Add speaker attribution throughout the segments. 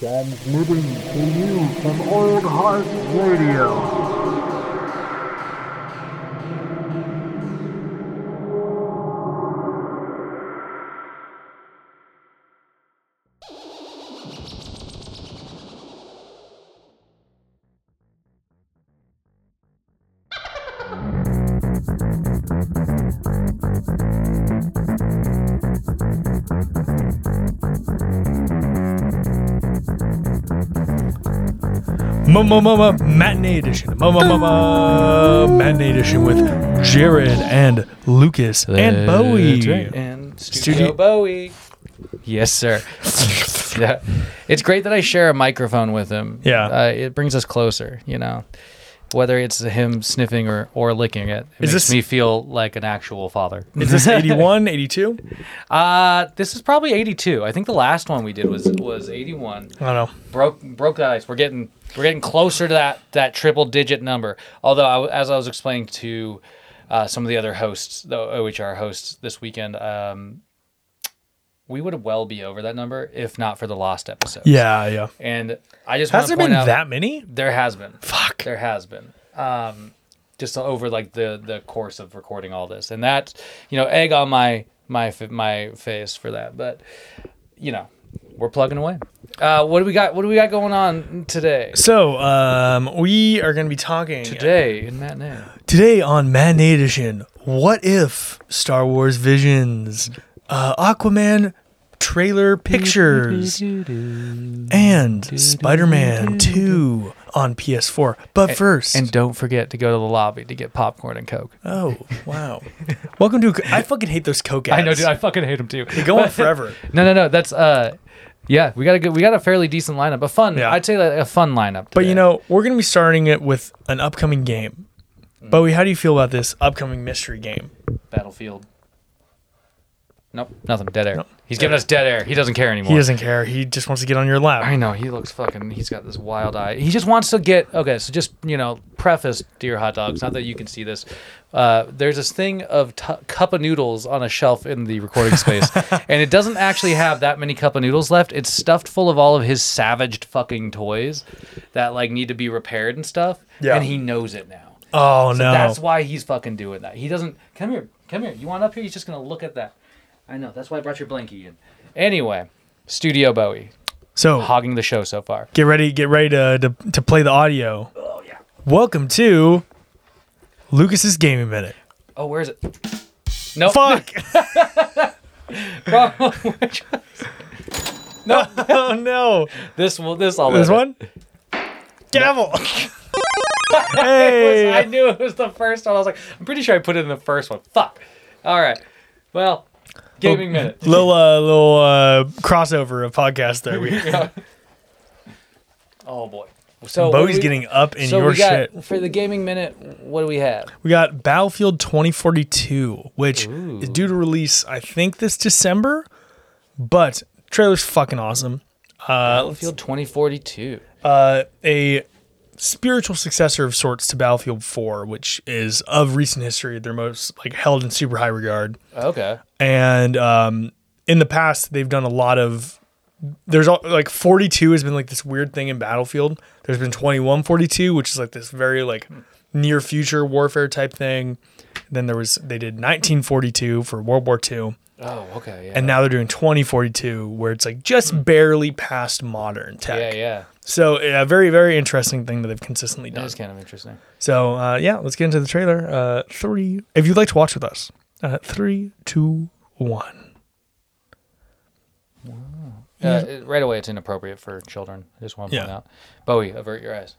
Speaker 1: Transmitting to you from Old Heart Radio.
Speaker 2: Mama Matinee Edition. Mama Matinee Edition with Jared and Lucas and Bowie.
Speaker 3: That's right, And Studio,
Speaker 2: Studio-
Speaker 3: Bowie. Yes, sir. Yeah. It's great that I share a microphone with him.
Speaker 2: Yeah.
Speaker 3: Uh, it brings us closer, you know. Whether it's him sniffing or, or licking it, it
Speaker 2: Is
Speaker 3: makes
Speaker 2: this-
Speaker 3: me feel like an actual father.
Speaker 2: Is this 81, 82?
Speaker 3: Uh, this is probably 82. I think the last one we did was was 81.
Speaker 2: I don't know.
Speaker 3: broke broke that ice. We're getting we're getting closer to that that triple digit number. Although I, w- as I was explaining to uh, some of the other hosts, the OHR hosts this weekend, um, we would well be over that number if not for the lost episode.
Speaker 2: Yeah, yeah.
Speaker 3: and I just
Speaker 2: Has
Speaker 3: want
Speaker 2: there
Speaker 3: to point
Speaker 2: been
Speaker 3: out
Speaker 2: that many?
Speaker 3: there has been
Speaker 2: Fuck.
Speaker 3: there has been. Um, just over like the the course of recording all this, and that you know egg on my my f- my face for that, but you know we're plugging away. Uh, what do we got? What do we got going on today?
Speaker 2: So, um, we are going to be talking
Speaker 3: Today in matinee.
Speaker 2: today on Matinee Edition. What if Star Wars Visions, uh, Aquaman trailer pictures, and Spider Man 2 on PS4? But first.
Speaker 3: And don't forget to go to the lobby to get popcorn and coke.
Speaker 2: Oh wow! Welcome to. I fucking hate those Coke ads.
Speaker 3: I know, dude. I fucking hate them too.
Speaker 2: they go on forever.
Speaker 3: No, no, no. That's uh, yeah. We got a good. We got a fairly decent lineup, a fun.
Speaker 2: Yeah.
Speaker 3: I'd say like a fun lineup.
Speaker 2: But
Speaker 3: today.
Speaker 2: you know, we're gonna be starting it with an upcoming game.
Speaker 3: Mm.
Speaker 2: Bowie, how do you feel about this upcoming mystery game?
Speaker 3: Battlefield. Nope, nothing. Dead air.
Speaker 2: Nope.
Speaker 3: He's giving us dead air. He doesn't care anymore.
Speaker 2: He doesn't care. He just wants to get on your lap.
Speaker 3: I know. He looks fucking. He's got this wild eye. He just wants to get. Okay, so just you know, preface, dear hot dogs. Not that you can see this. Uh, there's this thing of t- cup of noodles on a shelf in the recording space, and it doesn't actually have that many cup of noodles left. It's stuffed full of all of his savaged fucking toys that like need to be repaired and stuff.
Speaker 2: Yeah.
Speaker 3: And he knows it now.
Speaker 2: Oh
Speaker 3: So
Speaker 2: no!
Speaker 3: that's why he's fucking doing that. He doesn't come here, come here. You want up here? He's just gonna look at that. I know. That's why I brought your blankie in. Anyway, Studio Bowie
Speaker 2: so
Speaker 3: hogging the show so far.
Speaker 2: get ready. Get ready to, to to play the audio. Oh yeah. Welcome to Lucas's gaming minute.
Speaker 3: Oh, where is it? No,
Speaker 2: Fuck!
Speaker 3: wrong one. Which-
Speaker 2: oh no!
Speaker 3: this will. This all.
Speaker 2: This
Speaker 3: edit.
Speaker 2: one. Gavel. hey.
Speaker 3: I knew it was the first one. I was like, I'm pretty sure I put it in the first one. Fuck. All right. Well, gaming minute.
Speaker 2: little uh, little uh, crossover of podcast there. We,
Speaker 3: Oh boy. So what
Speaker 2: Bowie's
Speaker 3: we-
Speaker 2: getting up in
Speaker 3: so
Speaker 2: your
Speaker 3: we got,
Speaker 2: shit.
Speaker 3: for the gaming minute. What do we have?
Speaker 2: We got Battlefield 2042, which
Speaker 3: Ooh.
Speaker 2: is due to release I think this December, but trailer's fucking awesome. Uh,
Speaker 3: Battlefield 2042.
Speaker 2: uh, a spiritual successor of sorts to Battlefield 4, which is of recent history, they're most like held in super high regard.
Speaker 3: Okay.
Speaker 2: and um, in the past they've done a lot of there's all, like 42 has been like this weird thing in battlefield there's been 2142 which is like this very like near future warfare type thing then there was they did 1942 for world war ii
Speaker 3: Oh, okay. Yeah.
Speaker 2: and now they're doing 2042 where it's like just barely past modern
Speaker 3: yeah,
Speaker 2: tech
Speaker 3: yeah.
Speaker 2: so a very very interesting thing that they've consistently
Speaker 3: That
Speaker 2: done
Speaker 3: is kind of interesting.
Speaker 2: so uh, yeah let's get into the trailer uh, three if you'd like to watch with us uh, three two one
Speaker 3: Uh, it- right away, it's inappropriate for children. I just want to point
Speaker 2: Yeah.
Speaker 3: out. Bowie, avert your eyes.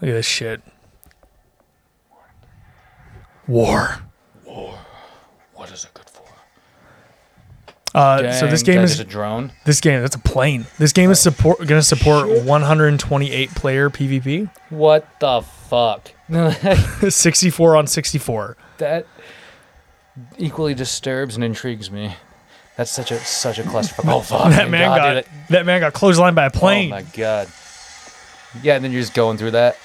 Speaker 2: Look at this shit. War.
Speaker 3: What is it good for?
Speaker 2: Uh, so this game
Speaker 3: a
Speaker 2: is
Speaker 3: drone.
Speaker 2: this game. That's a plane. This game is support going to support 128 player PvP,
Speaker 3: What the fuck?
Speaker 2: 64 on 64.
Speaker 3: that equally disturbs and intrigues me. That's such a such a clusterfuck. Oh fuck!
Speaker 2: That
Speaker 3: thank
Speaker 2: man
Speaker 3: God,
Speaker 2: got
Speaker 3: dude,
Speaker 2: that man got clotheslined by a
Speaker 3: Oh
Speaker 2: plane.
Speaker 3: my god. Yeah, and then you're just going through that.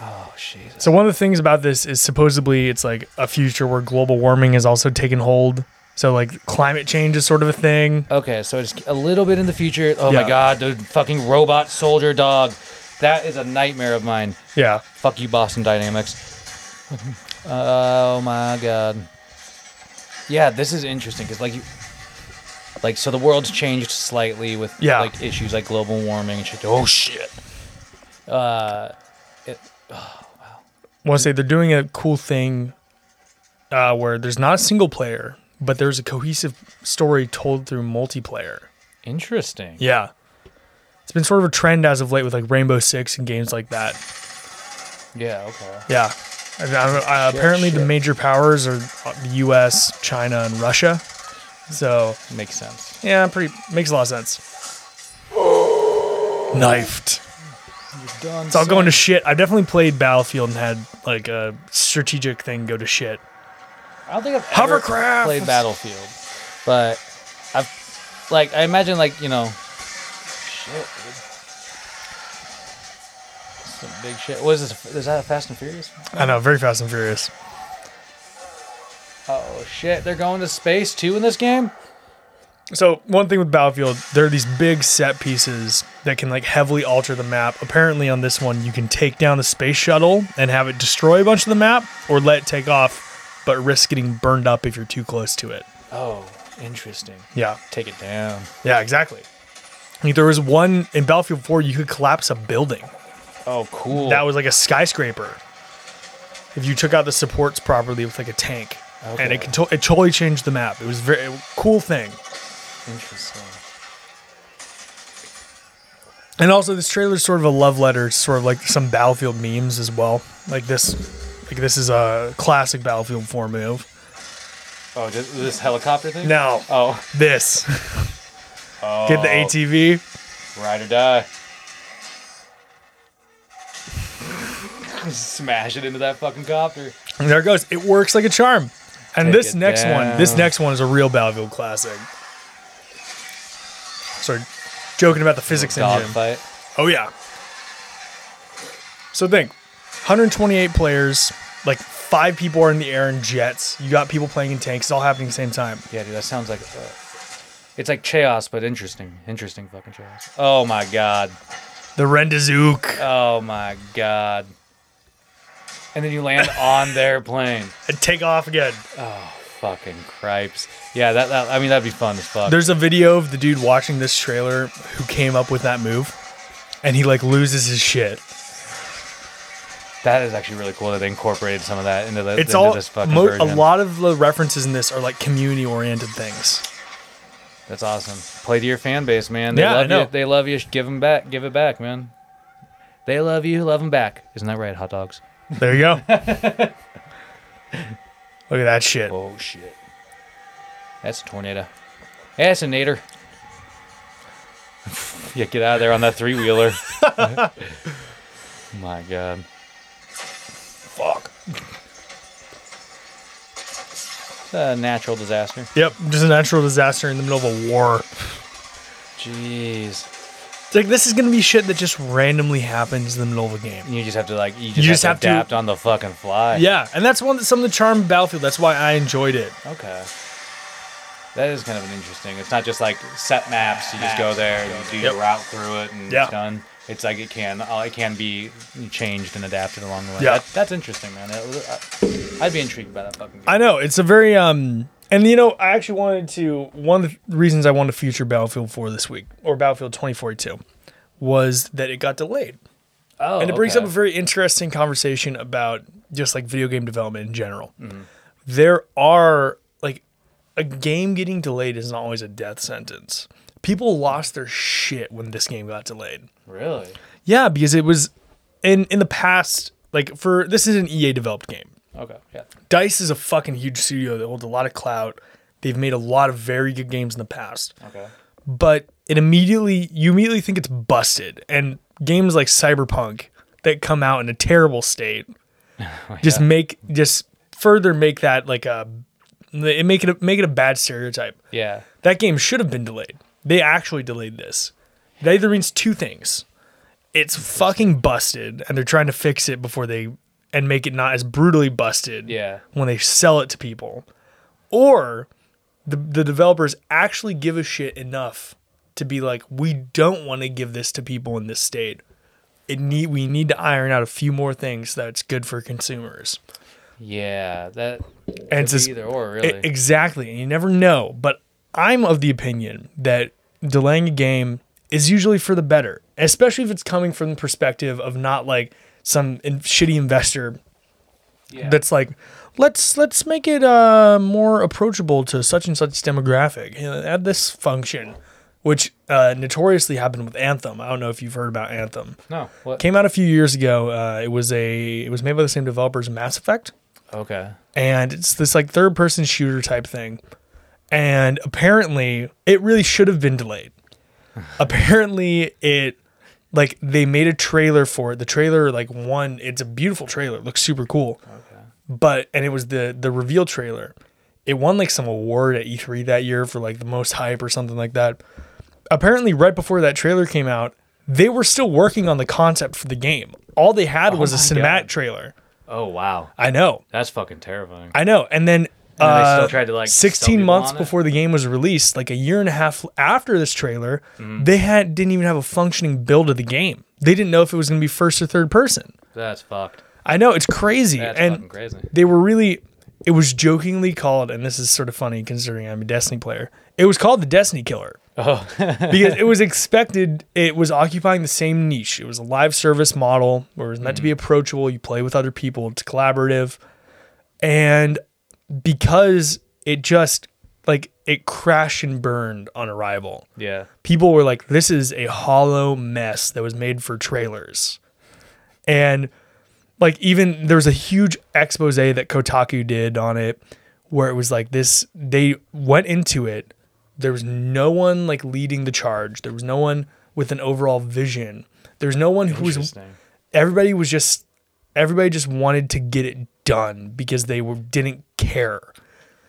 Speaker 3: oh Jesus.
Speaker 2: so one of the things about this is supposedly it's like a future where global warming has also taken hold, So like climate change is sort of a thing.
Speaker 3: Okay, so it's a little bit in the future. Oh
Speaker 2: Yeah.
Speaker 3: my god, the fucking robot soldier dog. That is a nightmare of mine.
Speaker 2: Yeah.
Speaker 3: Fuck you, Boston Dynamics. oh my god. Yeah, this is interesting because like you, like so the world's changed slightly with
Speaker 2: Yeah.
Speaker 3: like issues like global warming and shit. Oh shit. Uh, it, oh,
Speaker 2: want to say they're doing a cool thing uh, where there's not a single player, but there's a cohesive story told through multiplayer.
Speaker 3: interesting.
Speaker 2: Yeah. It's been sort of a trend as of late with like Rainbow Six and games like that.
Speaker 3: Yeah. Okay.
Speaker 2: Yeah. I, I, I, apparently, the
Speaker 3: shit.
Speaker 2: major powers are the U.S., China, and Russia. So
Speaker 3: Makes sense.
Speaker 2: yeah, pretty makes a lot of sense. Knifed.
Speaker 3: Done.
Speaker 2: It's all going to shit. I've definitely played Battlefield and had like a strategic thing go to shit.
Speaker 3: I don't think I've ever
Speaker 2: Hovercraft!
Speaker 3: played Battlefield, but I've like I imagine like you know, shit, dude. some big shit. What is this? Is that a Fast and Furious?
Speaker 2: I know, very Fast and Furious.
Speaker 3: Oh shit, they're going to space too in this game.
Speaker 2: So one thing with Battlefield, there are these big set pieces that can like heavily alter the map. Apparently on this one, you can take down the space shuttle and have it destroy a bunch of the map, or let it take off, but risk getting burned up if you're too close to it.
Speaker 3: Oh, interesting.
Speaker 2: Yeah,
Speaker 3: Take it down.
Speaker 2: yeah, exactly. Like there was one in Battlefield 4, you could collapse a building.
Speaker 3: Oh, cool.
Speaker 2: That was like a skyscraper. If you took out the supports properly with like a tank, and
Speaker 3: Okay.
Speaker 2: it could to- it totally changed the map. It was very a cool thing.
Speaker 3: interesting.
Speaker 2: And also, this trailer's sort of a love letter, to sort of like some Battlefield memes as well. Like this, like this is a classic Battlefield 4 move.
Speaker 3: Oh, this, this helicopter thing.
Speaker 2: No,
Speaker 3: Oh,
Speaker 2: this. Get the ATV.
Speaker 3: Ride or die. Smash it into that fucking copter.
Speaker 2: And there it goes. It works like a charm. And
Speaker 3: Take
Speaker 2: this
Speaker 3: it
Speaker 2: next one, this
Speaker 3: down.
Speaker 2: next one is a real Battlefield classic. Sorry, joking about the physics engine.
Speaker 3: Dogfight.
Speaker 2: Oh yeah. So think, 128 players, like five people are in the air in jets. You got people playing in tanks. It's all happening at the same time.
Speaker 3: Yeah, dude, that sounds like uh, it's like chaos, but interesting, interesting fucking chaos. Oh my god,
Speaker 2: The Rendazook.
Speaker 3: oh my god, and then you land on their plane.
Speaker 2: and take off again.
Speaker 3: Fucking cripes. Yeah, that, that I mean that'd be fun as fuck.
Speaker 2: There's a video of the dude watching this trailer who came up with that move, and he like loses his shit.
Speaker 3: that is actually really cool that they incorporated some of that into the
Speaker 2: It's
Speaker 3: into
Speaker 2: all
Speaker 3: this fucking
Speaker 2: mo- a
Speaker 3: version.
Speaker 2: lot of the references in this are like community oriented things.
Speaker 3: That's awesome. Play to your fan base, man. They
Speaker 2: Yeah, I
Speaker 3: love
Speaker 2: know.
Speaker 3: you. They love you. Give them back. Give it back, man. They love you. Love them back. Isn't that right, hot dogs?
Speaker 2: There you go. Look at that shit.
Speaker 3: Oh shit. That's a tornado. Yeah, it's a nader. yeah, get out of there on that three wheeler. My god. Fuck. It's a natural disaster.
Speaker 2: Yep, just a natural disaster in the middle of a war.
Speaker 3: Jeez.
Speaker 2: It's like this is gonna be shit that just randomly happens in the middle of a game.
Speaker 3: You just have to like you just,
Speaker 2: You
Speaker 3: have,
Speaker 2: just
Speaker 3: to
Speaker 2: have to-
Speaker 3: adapt on the fucking fly.
Speaker 2: Yeah, and that's one that some of the charm of Battlefield. That's why I enjoyed it.
Speaker 3: Okay. That is kind of an interesting. It's not just like set maps. You just go there and you do your
Speaker 2: Yep.
Speaker 3: route through it and
Speaker 2: Yeah.
Speaker 3: it's done. It's like it can uh, it can be changed and adapted along the way.
Speaker 2: Yeah.
Speaker 3: That, that's interesting, man. That was- I- I'd be intrigued by that fucking game.
Speaker 2: I know it's a very um, and you know I actually wanted to one of the reasons I wanted to feature Battlefield 4 this week or Battlefield 2042 was that it got delayed,
Speaker 3: oh,
Speaker 2: and it brings up a
Speaker 3: okay.
Speaker 2: very interesting conversation about just like video game development in general. There are like a game getting delayed is not always a death sentence. People lost their shit when this game got delayed.
Speaker 3: really.
Speaker 2: Yeah, because it was in in the past like for this is an EA developed game.
Speaker 3: Okay. Yeah.
Speaker 2: Dice is a fucking huge studio that holds a lot of clout. They've made a lot of very good games in the past,
Speaker 3: Okay.
Speaker 2: but it immediately you immediately think it's busted. And games like Cyberpunk that come out in a terrible state just make just further make that like a it make it a, make it a bad stereotype.
Speaker 3: Yeah.
Speaker 2: That game should have been delayed. They actually delayed this. That either means two things. It's fucking busted and they're trying to fix it before they and make it not as brutally busted
Speaker 3: Yeah.
Speaker 2: when they sell it to people. Or the, the developers actually give a shit enough to be like, we don't want to give this to people in this state. It need we need to iron out a few more things that's good for consumers.
Speaker 3: Yeah, that
Speaker 2: And it's
Speaker 3: could
Speaker 2: just-
Speaker 3: be either or
Speaker 2: E-
Speaker 3: really.
Speaker 2: exactly, and you never know. But I'm of the opinion that delaying a game is usually for the better, especially if it's coming from the perspective of not like some in- shitty investor
Speaker 3: yeah.
Speaker 2: that's like let's let's make it uh more approachable to such and such demographic You know, add this function which uh notoriously happened with anthem i don't know if you've heard about anthem
Speaker 3: no. What?
Speaker 2: came out a few years ago uh it was a it was made by the same developers mass effect
Speaker 3: okay.
Speaker 2: and it's this like third person shooter type thing and apparently it really should have been delayed apparently it like they made a trailer for it the trailer like one it's a beautiful trailer it looks super cool but and it was the the reveal trailer it won like some award at e3 that year for like the most hype or something like that apparently right before that trailer came out they were still working on the concept for the game all they had was a
Speaker 3: Oh my
Speaker 2: cinematic
Speaker 3: God.
Speaker 2: trailer
Speaker 3: Oh wow,
Speaker 2: i know
Speaker 3: that's fucking terrifying.
Speaker 2: I know. And then,
Speaker 3: then they
Speaker 2: uh,
Speaker 3: still tried to, like, sell
Speaker 2: 16
Speaker 3: people
Speaker 2: months
Speaker 3: on it?
Speaker 2: before the game was released, like a year and a half after this trailer,
Speaker 3: Mm-hmm.
Speaker 2: they had didn't even have a functioning build of the game. They didn't know if it was going to be first or third person.
Speaker 3: that's fucked.
Speaker 2: I know it's crazy.
Speaker 3: That's fucking
Speaker 2: and
Speaker 3: crazy.
Speaker 2: they were really it was jokingly called and this is sort of funny considering I'm a Destiny player. It was called the Destiny Killer.
Speaker 3: Oh.
Speaker 2: because it was expected it was occupying the same niche. It was a live service model where it was meant to be approachable, you play with other people, it's collaborative. And because it just like it crashed and burned on arrival.
Speaker 3: Yeah.
Speaker 2: People were like this is a hollow mess that was made for trailers. And like even there was a huge expose that Kotaku did on it where it was like this they went into it there was no one like leading the charge there was no one with an overall vision there's no one who was
Speaker 3: Interesting.
Speaker 2: everybody was just everybody just wanted to get it done because they were didn't care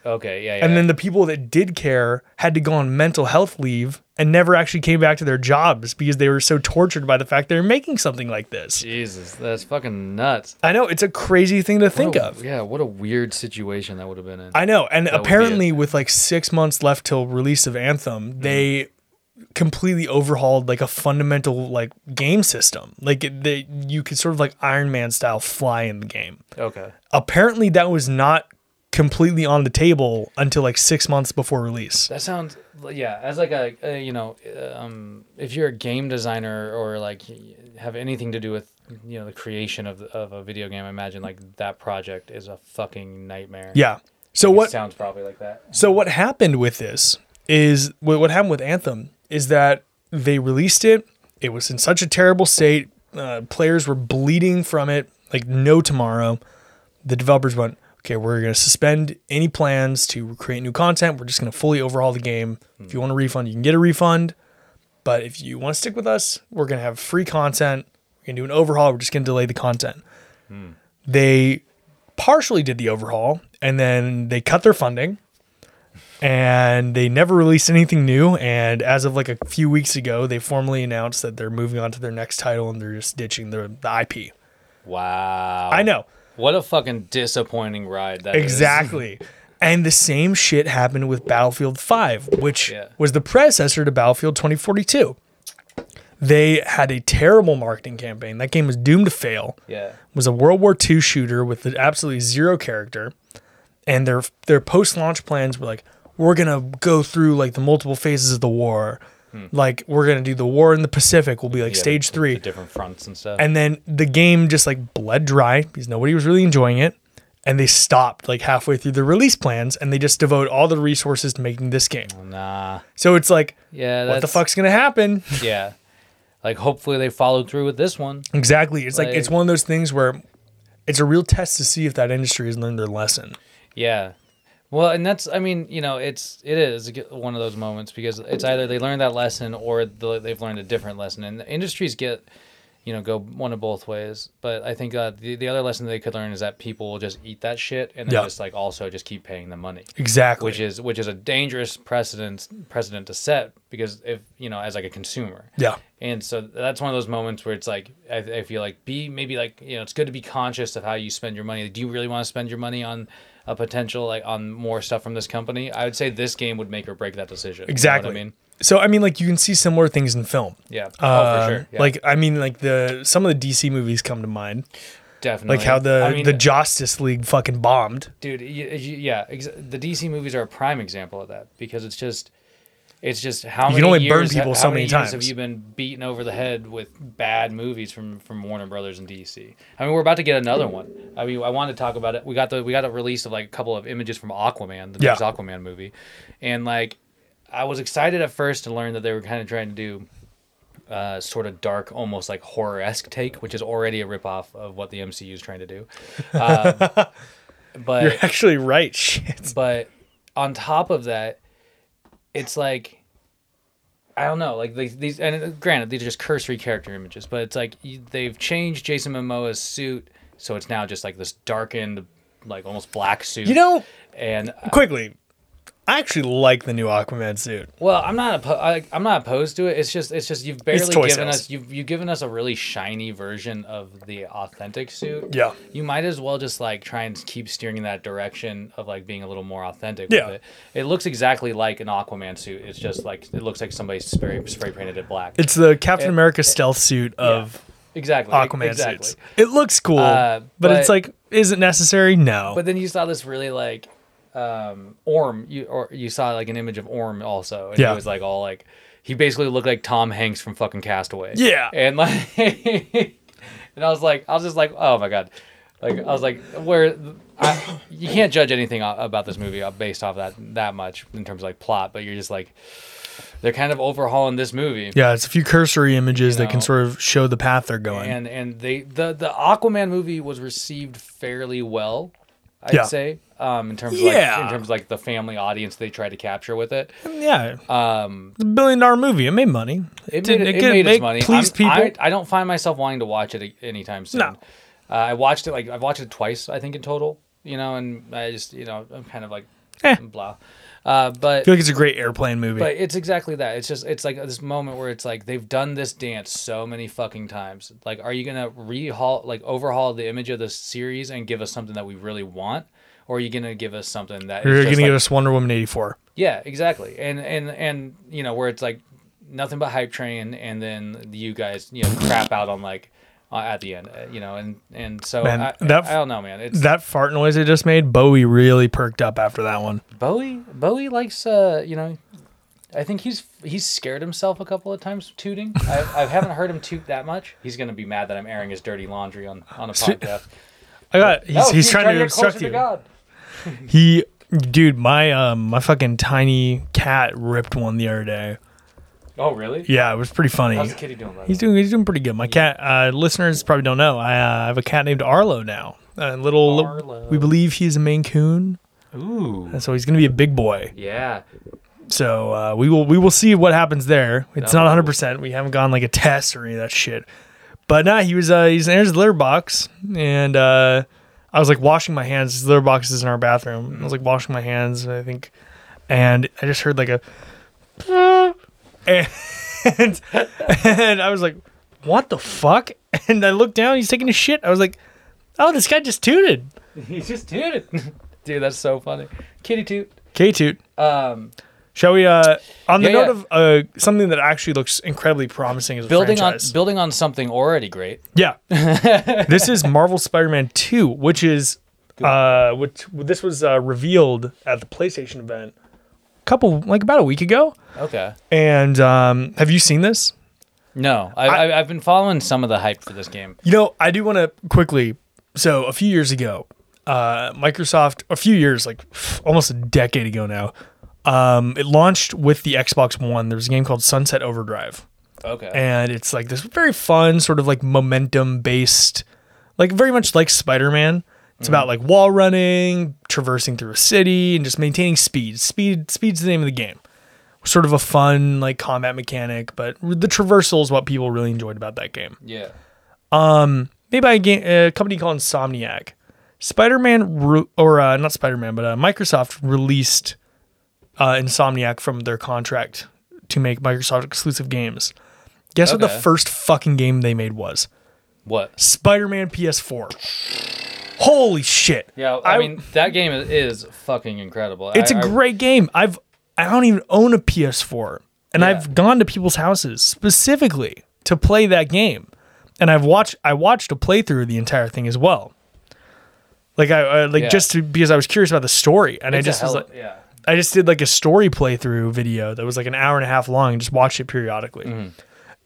Speaker 3: Okay. Yeah. yeah.
Speaker 2: and then the people that did care had to go on mental health leave and never actually came back to their jobs because they were so tortured by the fact they were making something like this
Speaker 3: Jesus, that's fucking nuts.
Speaker 2: i know it's a crazy thing to think
Speaker 3: What a-
Speaker 2: of
Speaker 3: Yeah, what a weird situation that would have been in.
Speaker 2: I know, and
Speaker 3: would be
Speaker 2: apparently
Speaker 3: it. Mm-hmm.
Speaker 2: with like six months left till release of Anthem, they completely overhauled like a fundamental like game system. Like it- they, you could sort of like Iron Man style fly in the game.
Speaker 3: okay.
Speaker 2: Apparently, that was not completely on the table until like six months before release.
Speaker 3: That sounds yeah, as like a, a you know, um if you're a game designer or like have anything to do with you know the creation of of a video game, I imagine like that project is a fucking nightmare.
Speaker 2: Yeah. So
Speaker 3: It
Speaker 2: what?
Speaker 3: sounds probably like that.
Speaker 2: So what happened with this is what what happened with Anthem is that they released it. It was in such a terrible state. Uh, players were bleeding from it like no tomorrow. The developers went, okay, we're going to suspend any plans to create new content. We're just going to fully overhaul the game. If you want a refund, you can get a refund. But if you want to stick with us, we're going to have free content. We're going to do an overhaul. We're just going to delay the content. They partially did the overhaul and then they cut their funding and they never released anything new. And as of like a few weeks ago, they formally announced that they're moving on to their next title and they're just ditching the, the IP.
Speaker 3: Wow.
Speaker 2: I know.
Speaker 3: What a fucking disappointing ride that is.
Speaker 2: Exactly. And the same shit happened with Battlefield 5, which
Speaker 3: Yeah.
Speaker 2: was the predecessor to Battlefield 2042. They had a terrible marketing campaign. That game was doomed to fail.
Speaker 3: Yeah.
Speaker 2: was a World War II shooter with absolutely zero character, and their their post launch plans were like, we're gonna go through like the multiple phases of the war, like we're gonna do the war in the Pacific. will be like
Speaker 3: Hmm. Yeah,
Speaker 2: stage
Speaker 3: the-
Speaker 2: three,
Speaker 3: the different fronts and stuff.
Speaker 2: and then the game just like bled dry because nobody was really enjoying it, and they stopped like halfway through the release plans, and they just devote all the resources to making this game.
Speaker 3: nah.
Speaker 2: So it's like,
Speaker 3: Yeah, that's
Speaker 2: what the fuck's gonna happen?
Speaker 3: yeah. Like hopefully they followed through with this one.
Speaker 2: exactly. It's like it's
Speaker 3: Like-
Speaker 2: one of those things where. It's a real test to see if that industry has learned their lesson.
Speaker 3: Yeah. Well, and that's I mean, you know, it's it is one of those moments because it's either they learned that lesson or the, they've learned a different lesson. And the industries get, you know, go one of both ways. But I think uh, the the other lesson they could learn is that people will just eat that shit and then
Speaker 2: Yeah.
Speaker 3: just like also just keep paying them money.
Speaker 2: Exactly.
Speaker 3: Which is which is a dangerous precedent precedent to set because if you know as like a consumer,
Speaker 2: Yeah.
Speaker 3: And so that's one of those moments where it's like I, I feel like be maybe like you know it's good to be conscious of how you spend your money. Do you really want to spend your money on a potential like on more stuff from this company, I would say this game would make or break that decision. You know what
Speaker 2: Exactly.
Speaker 3: I mean,
Speaker 2: So I mean, like you can see similar things in film.
Speaker 3: yeah.
Speaker 2: Uh,
Speaker 3: oh, for sure. Yeah,
Speaker 2: Like I mean, like the some of the DC movies come to mind,
Speaker 3: definitely.
Speaker 2: like how the
Speaker 3: I mean, uh,
Speaker 2: the Justice League fucking bombed.
Speaker 3: dude y- y- yeah ex- the dc movies are a prime example of that because it's just it's just how
Speaker 2: You
Speaker 3: many
Speaker 2: can only burn
Speaker 3: years-
Speaker 2: people
Speaker 3: how
Speaker 2: so
Speaker 3: many
Speaker 2: many
Speaker 3: years have
Speaker 2: times.
Speaker 3: you been beaten over the head with bad movies from from warner brothers and dc i mean we're about to get another one i mean i wanted to talk about it we got the we got a release of like a couple of images from aquaman the
Speaker 2: Yeah.
Speaker 3: next aquaman movie and like i was excited at first to learn that they were kind of trying to do uh, sort of dark, almost like horror esque take, which is already a ripoff of what the MCU is trying to do. Um, but
Speaker 2: You're actually right. Shit.
Speaker 3: but on top of that, it's like I don't know, like these, these and uh, granted these are just cursory character images, but it's like you, they've changed Jason Momoa's suit, so it's now just like this darkened, like almost black suit.
Speaker 2: You know,
Speaker 3: and uh,
Speaker 2: quickly, I actually like the new Aquaman suit.
Speaker 3: well, I'm not oppo- I, I'm not opposed to it. It's just it's just you've barely
Speaker 2: toy
Speaker 3: given
Speaker 2: sales.
Speaker 3: us you've you've given us a really shiny version of the authentic suit.
Speaker 2: Yeah.
Speaker 3: you might as well just like try and keep steering in that direction of like being a little more authentic
Speaker 2: Yeah.
Speaker 3: with it. It looks exactly like an Aquaman suit. It's just like it looks like somebody spray spray painted it black.
Speaker 2: It's the Captain America stealth suit of
Speaker 3: exactly.
Speaker 2: Aquaman
Speaker 3: exactly.
Speaker 2: suits. It looks cool,
Speaker 3: Uh,
Speaker 2: but,
Speaker 3: but-
Speaker 2: it's like, is it necessary? No.
Speaker 3: But then you saw this really like um Orm you or you saw like an image of Orm also and
Speaker 2: Yeah.
Speaker 3: he was like all like he basically looked like Tom Hanks from fucking Castaway.
Speaker 2: Yeah.
Speaker 3: And like and I was like I was just like oh my god. Like I was like where I, you can't judge anything a- about this movie uh, based off that that much in terms of like plot but you're just like they're kind of overhauling this movie.
Speaker 2: yeah, it's a few cursory images that can
Speaker 3: know.
Speaker 2: sort of show the path they're going.
Speaker 3: and and they the the Aquaman movie was received fairly well, I'd
Speaker 2: Yeah.
Speaker 3: say, um, in terms of like,
Speaker 2: Yeah.
Speaker 3: in terms of like the family audience they tried to capture with it.
Speaker 2: yeah,
Speaker 3: Um,
Speaker 2: it's a billion dollar movie. It made money.
Speaker 3: it made
Speaker 2: did-
Speaker 3: it, it
Speaker 2: did
Speaker 3: made its
Speaker 2: make-
Speaker 3: money.
Speaker 2: Please,
Speaker 3: I'm-
Speaker 2: people.
Speaker 3: I, I don't find myself wanting to watch it a- anytime soon.
Speaker 2: No.
Speaker 3: Uh, I watched it like I've watched it twice, I think in total. You know, and I just you know I'm kind of like
Speaker 2: Eh.
Speaker 3: blah, uh, but.
Speaker 2: feel like it's a great airplane movie.
Speaker 3: But it's exactly that. It's just it's like this moment where it's like they've done this dance so many fucking times. Like, are you gonna rehaul like overhaul the image of this series and give us something that we really want, or are you gonna give us something that is
Speaker 2: You're
Speaker 3: just
Speaker 2: gonna
Speaker 3: like-
Speaker 2: give us Wonder Woman '84.
Speaker 3: yeah, exactly. And and and you know where it's like nothing but hype train, and then you guys you know crap out on like uh, at the end, uh, you know, and and so
Speaker 2: Man,
Speaker 3: I,
Speaker 2: that-
Speaker 3: I don't know, man. It's
Speaker 2: That fart noise I just made, Bowie really perked up after that one.
Speaker 3: Bowie. Bowie likes uh, you know. I think he's he's scared himself a couple of times tooting. I, I haven't heard him toot that much. He's gonna be mad that I'm airing his dirty laundry on, on a podcast.
Speaker 2: I got. He's,
Speaker 3: Oh,
Speaker 2: he's, trying, to
Speaker 3: get
Speaker 2: obstruct
Speaker 3: closer
Speaker 2: you.
Speaker 3: God.
Speaker 2: He, dude, my um, my fucking tiny cat ripped one the other day.
Speaker 3: Oh really?
Speaker 2: Yeah, it was pretty funny.
Speaker 3: How's the kitty doing? By the
Speaker 2: He's
Speaker 3: way?
Speaker 2: doing he's doing pretty good. My cat uh, listeners probably don't know. I uh, have a cat named Arlo now. Uh, little li-
Speaker 3: Arlo.
Speaker 2: we believe he's a Maine Coon,
Speaker 3: Ooh.
Speaker 2: and so he's gonna be a big boy.
Speaker 3: Yeah.
Speaker 2: So uh, we will we will see what happens there. It's
Speaker 3: No.
Speaker 2: not 100. percent We haven't gone like a test or any of that shit. But nah, he was uh, he's in his litter box, and uh, I was like washing my hands. His litter box is in our bathroom. I was like washing my hands, I think, and I just heard like a, and and, and I was like, what the fuck? And I looked down. He's taking a shit. I was like, oh, this guy just tooted.
Speaker 3: He's just tooted. Dude, that's so funny. Kitty toot.
Speaker 2: K toot.
Speaker 3: Um,
Speaker 2: Shall we? Uh, on the
Speaker 3: Yeah,
Speaker 2: note
Speaker 3: yeah.
Speaker 2: of uh, something that actually looks incredibly promising as a
Speaker 3: building on
Speaker 2: franchise.
Speaker 3: building on something already great.
Speaker 2: yeah, this is Marvel Spider-Man Two, which is uh, which this was uh, revealed at the PlayStation event a couple like about a week ago.
Speaker 3: Okay.
Speaker 2: And um, have you seen this?
Speaker 3: No, I, I, I've been following some of the hype for this game.
Speaker 2: You know, I do want to quickly. So a few years ago, uh, Microsoft, a few years, like pff, almost a decade ago now, um, it launched with the Xbox One. There was a game called Sunset Overdrive.
Speaker 3: Okay.
Speaker 2: and it's like this very fun sort of like momentum based like very much like spider-man it's about like wall running traversing through a city and just maintaining speed speed speed's the name of the game sort of a fun like combat mechanic but the traversal is what people really enjoyed about that game
Speaker 3: yeah.
Speaker 2: made by a, game, a company called Insomniac. Spider-Man re- or uh, not Spider-Man, but uh, Microsoft released uh, Insomniac from their contract to make Microsoft exclusive games. Guess what the
Speaker 3: Okay.
Speaker 2: first fucking game they made was
Speaker 3: What?
Speaker 2: Spider-Man PS4. Holy shit!
Speaker 3: Yeah, I, mean that game is, is fucking incredible.
Speaker 2: It's
Speaker 3: a
Speaker 2: a great game. I've I don't even own a PS4, and I've gone to people's houses specifically to play that game, and I've watched I watched a playthrough of the entire thing as well. Like I, I like
Speaker 3: Yeah.
Speaker 2: just to, because I was curious about the story, and I just was like,
Speaker 3: yeah.
Speaker 2: I just did like a story playthrough video that was like an hour and a half long, and just watched it periodically,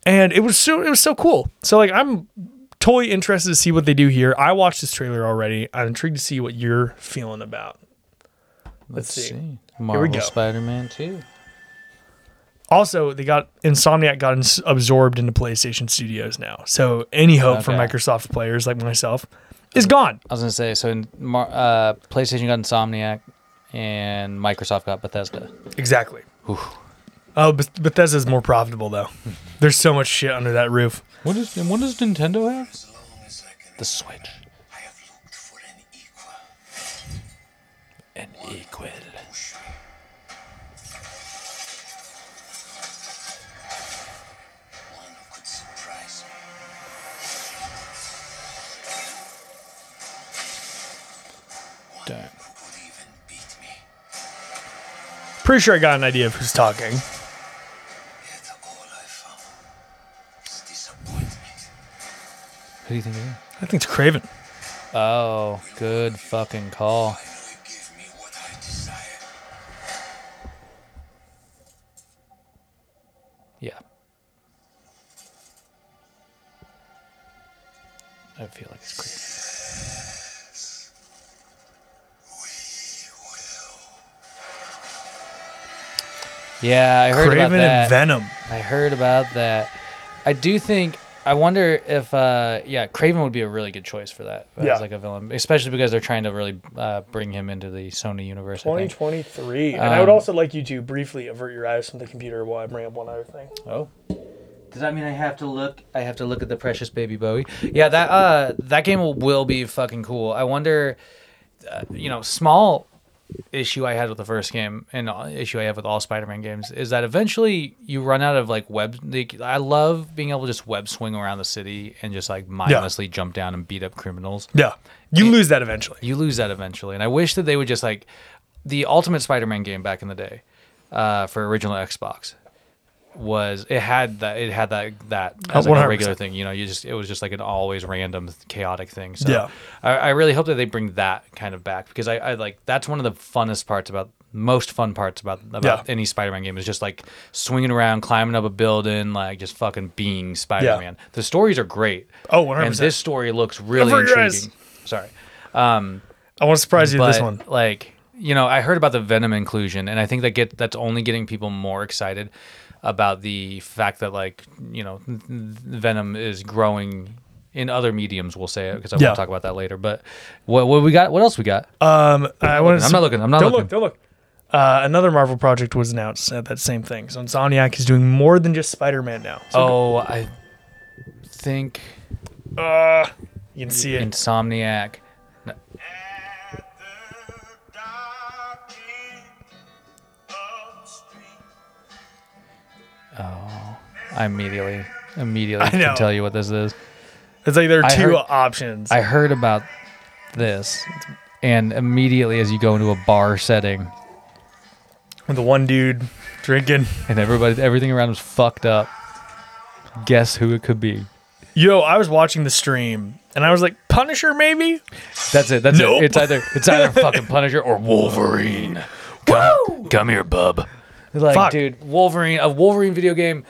Speaker 2: and it was so it was so cool. So like I'm totally interested to see what they do here. I watched this trailer already. I'm intrigued to see what you're feeling about.
Speaker 3: Let's,
Speaker 2: see.
Speaker 3: see. Marvel
Speaker 2: go.
Speaker 3: Spider-Man 2.
Speaker 2: Also, they got Insomniac got ins- absorbed into PlayStation Studios now. So any hope for
Speaker 3: Okay.
Speaker 2: Microsoft players like myself is gone.
Speaker 3: I was gonna say so. In Mar- uh, PlayStation got Insomniac, and Microsoft got Bethesda.
Speaker 2: Exactly. Oh, Beth- Bethesda's more profitable though. There's so much shit under that roof.
Speaker 3: What is and what does Nintendo have? The Switch.
Speaker 4: I have looked for an equal.
Speaker 3: An equal.
Speaker 4: One who could surprise me.
Speaker 3: Damn.
Speaker 4: Who could even beat me.
Speaker 2: Pretty sure I got an idea of who's talking.
Speaker 4: Yet all I found is disappointment.
Speaker 3: Who do you think it is?
Speaker 2: I think it's Craven.
Speaker 3: Oh, good fucking call.
Speaker 4: Finally give me what I desire.
Speaker 3: Yeah. I feel like it's crazy. Yeah, I heard about
Speaker 2: Craven
Speaker 3: that.
Speaker 2: and Venom.
Speaker 3: I heard about that. I do think. I wonder if, uh, yeah, Craven would be a really good choice for that as
Speaker 2: Yeah.
Speaker 3: like a villain, especially because they're trying to really uh, bring him into the Sony universe. I think.
Speaker 2: 2023. and I
Speaker 3: Um,
Speaker 2: would also like you to briefly avert your eyes from the computer while I bring up one other thing.
Speaker 3: Oh. Does that mean I have to look? I have to look at the precious baby Bowie. Yeah, that uh, that game will, will be fucking cool. I wonder, uh, you know, small issue I had with the first game and uh, issue I have with all Spider-Man games is that eventually you run out of like web. Like, I love being able to just web swing around the city and just like mindlessly jump down and beat up criminals.
Speaker 2: Yeah. You lose that eventually.
Speaker 3: You lose that eventually, and I wish that they would just like the Ultimate Spider-Man game back in the day uh, for original Xbox was it had that it had that that as like a
Speaker 2: 100%.
Speaker 3: regular thing. You know, you just it was just like an always random chaotic thing. So
Speaker 2: Yeah.
Speaker 3: I, I really hope that they bring that kind of back because I, I like that's one of the funnest parts about most fun parts about about
Speaker 2: Yeah.
Speaker 3: any Spider-Man game is just like swinging around, climbing up a building, like just fucking being Spider-Man. The stories are great.
Speaker 2: Oh, 100%.
Speaker 3: And this story looks really
Speaker 2: Avert your eyes.
Speaker 3: intriguing. Sorry
Speaker 2: I want to surprise you with this
Speaker 3: but,
Speaker 2: one.
Speaker 3: Like, you know, I heard about the Venom inclusion, and I think that get that's only getting people more excited about the fact that like you know th- Venom is growing in other mediums. We'll say it because I
Speaker 2: Yeah.
Speaker 3: want to talk about that later. But what what we got? What else we got?
Speaker 2: Um, I want to.
Speaker 3: I'm not looking, I'm not
Speaker 2: don't
Speaker 3: looking.
Speaker 2: Look, don't look. Uh, another Marvel project was announced at that same thing. So Insomniac is doing more than just Spider-Man now. So
Speaker 3: oh, I think
Speaker 2: you can see it.
Speaker 3: Insomniac.
Speaker 4: At the dark end of the street.
Speaker 3: I immediately immediately
Speaker 2: know.
Speaker 3: can tell you what this is.
Speaker 2: It's like there are
Speaker 3: I
Speaker 2: two
Speaker 3: heard-
Speaker 2: options.
Speaker 3: I heard about this, and immediately as you go into a bar setting,
Speaker 2: With the one dude drinking.
Speaker 3: and everybody everything around was fucked up. Guess who it could be?
Speaker 2: Yo, I was watching the stream and I was like, Punisher maybe.
Speaker 3: That's it. That's
Speaker 2: Nope.
Speaker 3: it. It's either it's either fucking Punisher or Wolverine. Come, come here, bub. Like,
Speaker 2: Fuck.
Speaker 3: dude, Wolverine, a Wolverine video game.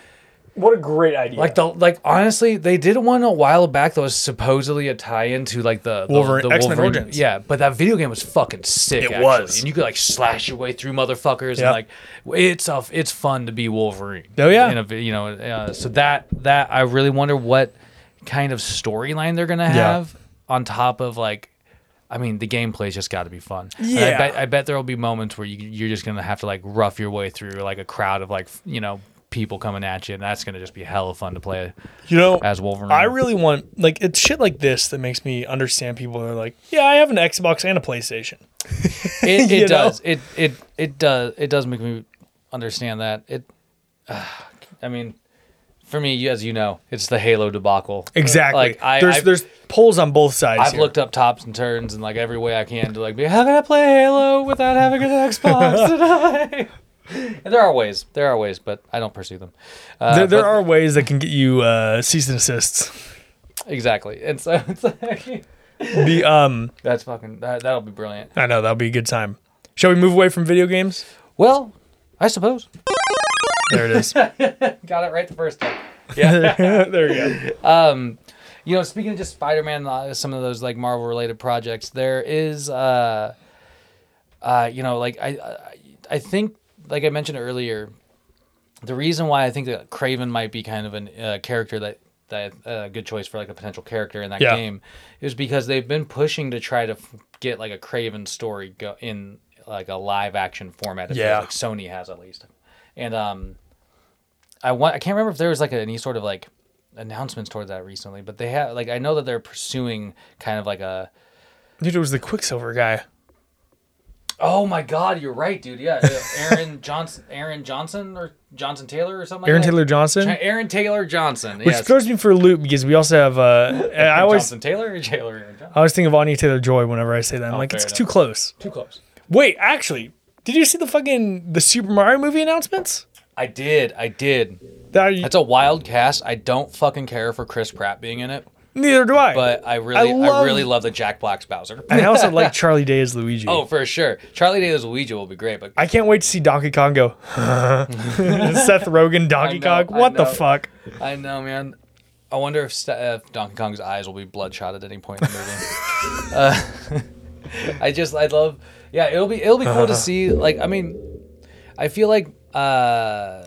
Speaker 2: What a great idea!
Speaker 3: Like the like, honestly, they did one a while back that was supposedly a tie-in to like the, the
Speaker 2: Wolverine-
Speaker 3: the
Speaker 2: X-Men Origins.
Speaker 3: Yeah, but that video game was fucking sick.
Speaker 2: It
Speaker 3: actually.
Speaker 2: was.
Speaker 3: and you could like slash your way through motherfuckers,
Speaker 2: Yeah.
Speaker 3: and like it's a, it's fun to be Wolverine.
Speaker 2: Oh, yeah.
Speaker 3: in a, vi- you know. Uh, so that that I really wonder what kind of storyline they're gonna have on top of like. I mean, the gameplay's just got to be fun. And
Speaker 2: Yeah.
Speaker 3: I bet, I bet there will be moments where you, you're just gonna have to like rough your way through like a crowd of like f- you know people coming at you, and that's gonna just be hella fun to play.
Speaker 2: you know,
Speaker 3: as Wolverine.
Speaker 2: I really want like it's shit like this that makes me understand people that are like, yeah, I have an Xbox and a PlayStation.
Speaker 3: It,
Speaker 2: You know?
Speaker 3: it does. It it it does. It does make me understand that. It. ah, I mean, for me, you- as you know, it's the Halo debacle.
Speaker 2: Exactly.
Speaker 3: Like I,
Speaker 2: there's
Speaker 3: I've,
Speaker 2: there's polls on both sides.
Speaker 3: I've
Speaker 2: here.
Speaker 3: looked up tops and turns and like every way I can to like be how can I play Halo without having an Xbox today? and there are ways. There are ways, but I don't pursue them. Uh,
Speaker 2: There, there
Speaker 3: but-
Speaker 2: are ways that can get you uh, cease and assists.
Speaker 3: exactly, and so it's like
Speaker 2: The um,
Speaker 3: that's fucking that, that'll be brilliant.
Speaker 2: I know that'll be a good time. Shall we move away from video games?
Speaker 3: Well, I suppose
Speaker 2: There it is.
Speaker 3: got it right the first time.
Speaker 2: there we go.
Speaker 3: You know, speaking of just Spider-Man, uh, some of those like Marvel-related projects, there is, uh, uh, you know, like I, I, I think, like I mentioned earlier, the reason why I think that Craven might be kind of a uh, character that that a good choice for like a potential character in that
Speaker 2: Yeah.
Speaker 3: game is because they've been pushing to try to f- get like a Craven story go- in like a live action format. it feels
Speaker 2: Yeah.
Speaker 3: like Sony has at least, and um, I want I can't remember if there was like any sort of like announcements toward that recently, but they have like I know that they're pursuing kind of like a
Speaker 2: Dude, it was the Quicksilver guy.
Speaker 3: oh my god, you're right, dude. Yeah, Aaron Johnson, Aaron Johnson or Johnson Taylor or something.
Speaker 2: Aaron
Speaker 3: like
Speaker 2: Taylor
Speaker 3: that?
Speaker 2: Johnson.
Speaker 3: Tra- Aaron Taylor Johnson.
Speaker 2: Which
Speaker 3: yes.
Speaker 2: throws me for a loop because we also have. Uh, I
Speaker 3: Aaron
Speaker 2: always
Speaker 3: Johnson Taylor or Taylor Aaron Johnson.
Speaker 2: I always think of Anya Taylor Joy whenever I say that. I'm like,
Speaker 3: fair
Speaker 2: it's
Speaker 3: enough.
Speaker 2: too close.
Speaker 3: Too close.
Speaker 2: Wait, actually, did you see the fucking the Super Mario movie announcements?
Speaker 3: I did. I did.
Speaker 2: That,
Speaker 3: That's a wild cast. I don't fucking care for Chris Pratt being in it,
Speaker 2: neither do I.
Speaker 3: but I really, I,
Speaker 2: love-
Speaker 3: really love the Jack Black's Bowser.
Speaker 2: and I also like Charlie Day as Luigi.
Speaker 3: oh, for sure. Charlie Day as Luigi will be great, but
Speaker 2: I can't wait to see Donkey Kong go. Seth Rogen, Donkey
Speaker 3: know,
Speaker 2: Kong.
Speaker 3: I
Speaker 2: What the
Speaker 3: know.
Speaker 2: fuck?
Speaker 3: I know, man. I wonder if, st- if Donkey Kong's eyes will be bloodshot at any point in the movie. uh, I just, I love. Yeah, it'll be, it'll be cool to see. Like, I mean, I feel like, uh,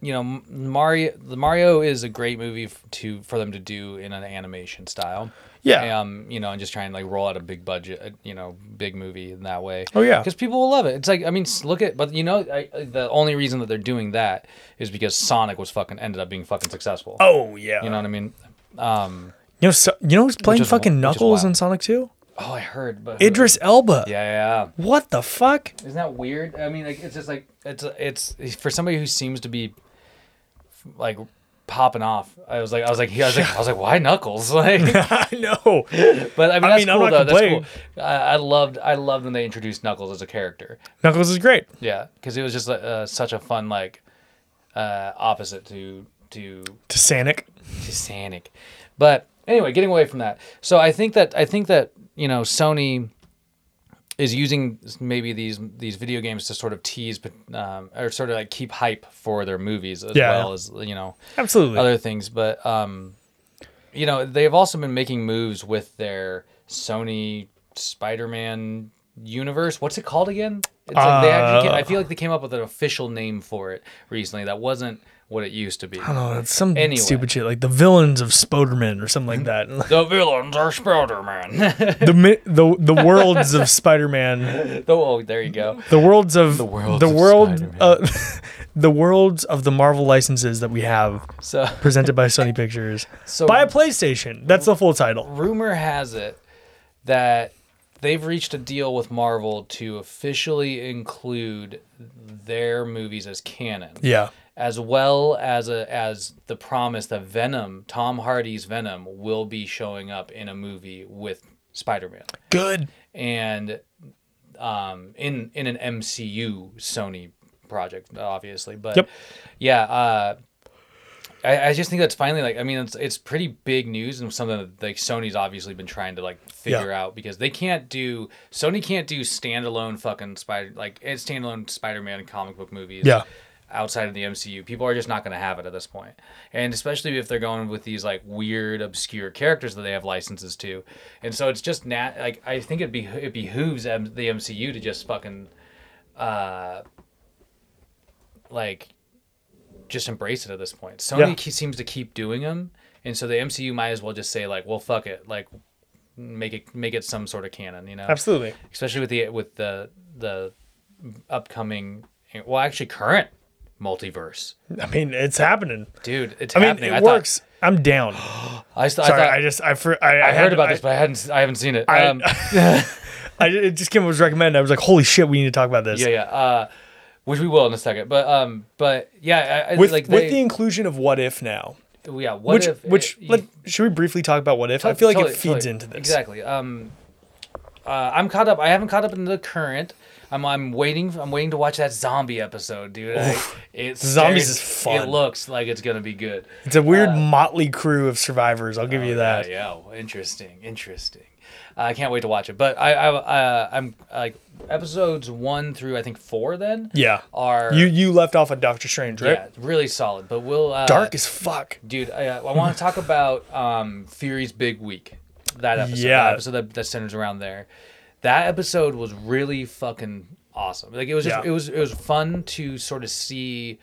Speaker 3: you know, M- Mario, the Mario is a great movie f- to for them to do in an animation style.
Speaker 2: Yeah.
Speaker 3: Um, you know, and just try and like roll out a big budget, uh, you know, big movie in that way.
Speaker 2: Oh, yeah.
Speaker 3: Because people will love it. It's like I mean, s- look at but you know, I, I- the only reason that they're doing that is because Sonic was fucking ended up being fucking successful.
Speaker 2: Oh yeah.
Speaker 3: You know what I mean? Um.
Speaker 2: You know, so, you know who's playing
Speaker 3: Which is- which
Speaker 2: fucking
Speaker 3: is
Speaker 2: Knuckles in
Speaker 3: wild.
Speaker 2: Sonic 2?
Speaker 3: Oh, I heard, but
Speaker 2: Idris Elba.
Speaker 3: Yeah, yeah. yeah.
Speaker 2: What the fuck?
Speaker 3: Isn't that weird? I mean, like it's just like it's it's for somebody who seems to be like popping off. I was like, I was like, I was like, I was like, why Knuckles? Like,
Speaker 2: I know.
Speaker 3: But I mean,
Speaker 2: I
Speaker 3: that's
Speaker 2: mean, I'm not
Speaker 3: cool though. That's
Speaker 2: complaining.
Speaker 3: cool. I, I loved, I loved when they introduced Knuckles as a character.
Speaker 2: Knuckles is great.
Speaker 3: Yeah, because it was just uh, such a fun like uh, opposite to to
Speaker 2: To Sonic.
Speaker 3: to Sonic. But anyway, getting away from that. So I think that I think that you know Sony is using maybe these these video games to sort of tease um, or sort of like keep hype for their movies as
Speaker 2: Yeah.
Speaker 3: well as you know
Speaker 2: Absolutely.
Speaker 3: other things, but um, you know, they've also been making moves with their Sony Spider-Man universe. What's it called again? It's like they actually
Speaker 2: Uh,
Speaker 3: ca- I feel like they came up with an official name for it recently that wasn't what it used to be.
Speaker 2: oh, it's some
Speaker 3: Anyway.
Speaker 2: stupid shit like the villains of Spoderman or something like that.
Speaker 3: The villains are Spider-Man.
Speaker 2: the mi- the the worlds of Spider-Man.
Speaker 3: oh, there you go.
Speaker 2: The worlds of the
Speaker 3: worlds of
Speaker 2: world
Speaker 3: Spider-Man.
Speaker 2: uh, the worlds of the Marvel licenses that we have
Speaker 3: So
Speaker 2: presented by Sony Pictures
Speaker 3: So-
Speaker 2: by a PlayStation. That's the full title.
Speaker 3: rumor has it that they've reached a deal with Marvel to officially include their movies as canon.
Speaker 2: Yeah.
Speaker 3: as well as a, as the promise that Venom, Tom Hardy's Venom, will be showing up in a movie with Spider-Man,
Speaker 2: Good.
Speaker 3: and um, in in an MCU Sony project, obviously. But
Speaker 2: Yep.
Speaker 3: yeah, uh, I, I just think that's finally like I mean it's it's pretty big news and something that like Sony's obviously been trying to like figure out because they can't do Sony can't do standalone fucking spider like eh, standalone Spider-Man comic book movies.
Speaker 2: Yeah.
Speaker 3: Outside of the MCU, people are just not going to have it at this point, and especially if they're going with these like weird, obscure characters that they have licenses to, and so it's just nat. Like I think it be it behooves M- the MCU to just fucking, uh, like just embrace it at this point. Sony
Speaker 2: Yeah.
Speaker 3: ke- seems to keep doing them, and so the MCU might as well just say like, "Well, fuck it," like make it make it some sort of canon, you know?
Speaker 2: Absolutely.
Speaker 3: Especially with the with the the upcoming, well, actually current multiverse,
Speaker 2: I mean, it's happening.
Speaker 3: dude. It's
Speaker 2: I mean,
Speaker 3: happening.
Speaker 2: it
Speaker 3: I
Speaker 2: works. I'm down.
Speaker 3: Thought, I, s- I
Speaker 2: Sorry, I,
Speaker 3: thought, I,
Speaker 2: just I for, I, I
Speaker 3: heard
Speaker 2: had-
Speaker 3: about
Speaker 2: I-
Speaker 3: this, but I hadn't I haven't seen it.
Speaker 2: I-
Speaker 3: um,
Speaker 2: I, it just came up was recommended. I was like, holy shit, we need to talk about this.
Speaker 3: yeah, yeah. Uh, which we will in a second. But um, but yeah, I, I-
Speaker 2: with
Speaker 3: like
Speaker 2: with
Speaker 3: they,
Speaker 2: the inclusion of what if now,
Speaker 3: yeah, what
Speaker 2: which
Speaker 3: if
Speaker 2: which
Speaker 3: it-
Speaker 2: let, should we briefly talk about what if? I
Speaker 3: Tot-
Speaker 2: feel like
Speaker 3: totally,
Speaker 2: it feeds
Speaker 3: totally.
Speaker 2: into this.
Speaker 3: Exactly. Um, uh, I'm caught up. I haven't caught up in the current. I'm, I'm waiting. I'm waiting to watch that zombie episode, dude. I, it's
Speaker 2: Zombies
Speaker 3: scares-
Speaker 2: is fun.
Speaker 3: It looks like it's gonna be good.
Speaker 2: It's a weird motley crew of survivors. I'll give you that.
Speaker 3: Uh, oh, Yeah, yeah. interesting, interesting. Uh, I can't wait to watch it. But I, I, uh, I'm like episodes one through I think four. Then
Speaker 2: Yeah.
Speaker 3: are
Speaker 2: You you left off of Doctor Strange, right?
Speaker 3: yeah really solid. But we'll uh,
Speaker 2: Dark as fuck.
Speaker 3: dude. I, I want to talk about um, Fury's big week. That episode,
Speaker 2: Yeah.
Speaker 3: that episode that, that centers around there. That episode was really fucking awesome. Like it was, just,
Speaker 2: Yeah.
Speaker 3: it was, it was fun to sort of see.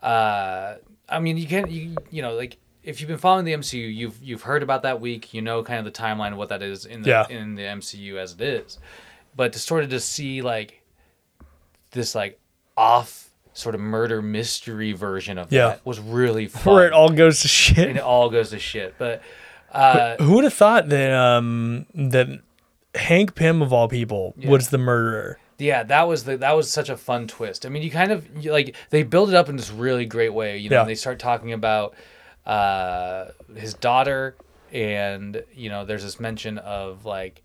Speaker 3: Uh, I mean, you can't, you, you know, like if you've been following the MCU, you've you've heard about that week. You know, kind of the timeline of what that is in the
Speaker 2: Yeah.
Speaker 3: in the MCU as it is. But to sort of just see like this like off sort of murder mystery version of
Speaker 2: Yeah.
Speaker 3: that was really fun
Speaker 2: Where it all goes to shit.
Speaker 3: and it all goes to shit. But uh,
Speaker 2: Who would have thought that um that Hank Pym of all people was the murderer?
Speaker 3: yeah, that was the that was such a fun twist. I mean, you kind of you, like they build it up in this really great way. You know,
Speaker 2: Yeah.
Speaker 3: they start talking about uh, his daughter, and you know, there's this mention of like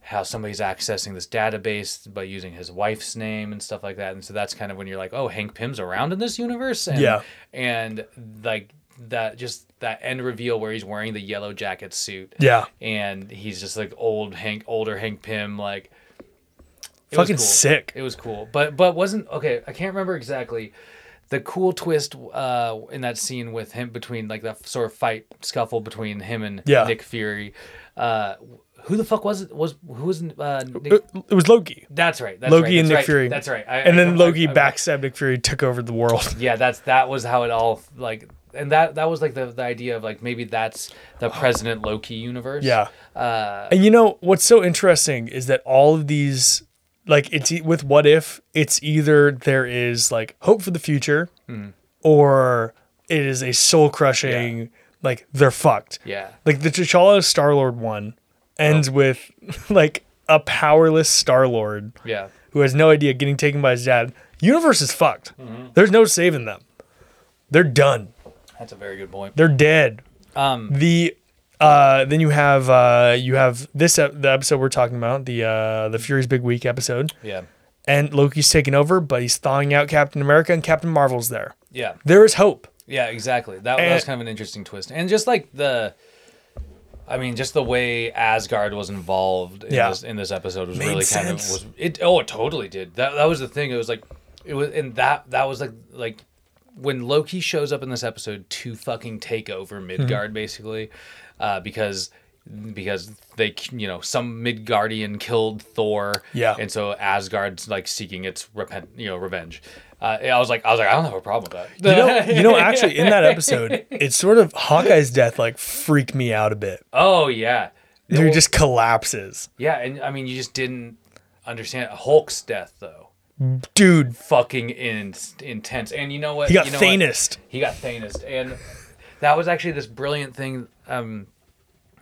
Speaker 3: how somebody's accessing this database by using his wife's name and stuff like that. And so that's kind of when you're like, oh, Hank Pym's around in this universe. And,
Speaker 2: Yeah.
Speaker 3: and like that just that end reveal where he's wearing the yellow jacket suit.
Speaker 2: Yeah.
Speaker 3: and he's just like old Hank, older Hank Pym, like it was
Speaker 2: Fucking
Speaker 3: cool.
Speaker 2: sick.
Speaker 3: It was cool, but but wasn't okay. I can't remember exactly the cool twist uh, in that scene with him between like that sort of fight scuffle between him and
Speaker 2: Yeah.
Speaker 3: Nick Fury. Uh, who the fuck was it? Was who was uh, Nick?
Speaker 2: It, it was Loki.
Speaker 3: That's right. That's
Speaker 2: Loki
Speaker 3: right,
Speaker 2: and
Speaker 3: that's
Speaker 2: Nick
Speaker 3: right,
Speaker 2: Fury.
Speaker 3: That's right. I-
Speaker 2: and
Speaker 3: I-
Speaker 2: then
Speaker 3: I-
Speaker 2: Loki
Speaker 3: I-
Speaker 2: backstabbed Nick Fury, took over the world.
Speaker 3: yeah that's that was how it all like and that that was like the, the idea of like maybe that's the president loki universe
Speaker 2: Yeah.
Speaker 3: uh
Speaker 2: And you know what's so interesting is that all of these, like it's e- with what if it's either there is like hope for the future,
Speaker 3: Hmm.
Speaker 2: or it is a soul crushing like they're fucked.
Speaker 3: yeah Oh.
Speaker 2: Like the T'Challa Star Lord one ends with like a powerless Star Lord
Speaker 3: yeah
Speaker 2: who has no idea getting taken by his dad. Universe is fucked.
Speaker 3: Mm-hmm.
Speaker 2: There's no saving them. They're done.
Speaker 3: that's a very good point
Speaker 2: They're dead.
Speaker 3: um
Speaker 2: The uh, then you have uh, you have this ep- the episode we're talking about the uh, the Fury's Big Week episode,
Speaker 3: yeah
Speaker 2: and Loki's taking over, but he's thawing out Captain America, and Captain Marvel's there.
Speaker 3: yeah
Speaker 2: There is hope.
Speaker 3: yeah exactly that, that
Speaker 2: And-
Speaker 3: was kind of an interesting twist and just like the I mean, just the way Asgard was involved in,
Speaker 2: Yeah.
Speaker 3: this, in this episode was
Speaker 2: Made
Speaker 3: really kind of
Speaker 2: sense.
Speaker 3: was it. Oh, it totally did. That that was the thing. It was like it was, and that that was like like when Loki shows up in this episode to fucking take
Speaker 2: Mm-hmm.
Speaker 3: over Midgard, basically, uh, because because they you know some Midgardian killed Thor,
Speaker 2: Yeah.
Speaker 3: and so Asgard's like seeking its repent you know revenge. Uh, I was like I was like I don't have a problem with that.
Speaker 2: You know, you know, actually, in that episode, it's sort of Hawkeye's death like freaked me out a bit.
Speaker 3: oh yeah.
Speaker 2: Dude just collapses.
Speaker 3: Yeah, and I mean, you just didn't understand Hulk's death though.
Speaker 2: Dude,
Speaker 3: Fucking in, intense. And you know what?
Speaker 2: he got
Speaker 3: you know what?
Speaker 2: Thanos.
Speaker 3: He got Thanos, and that was actually this brilliant thing. Um,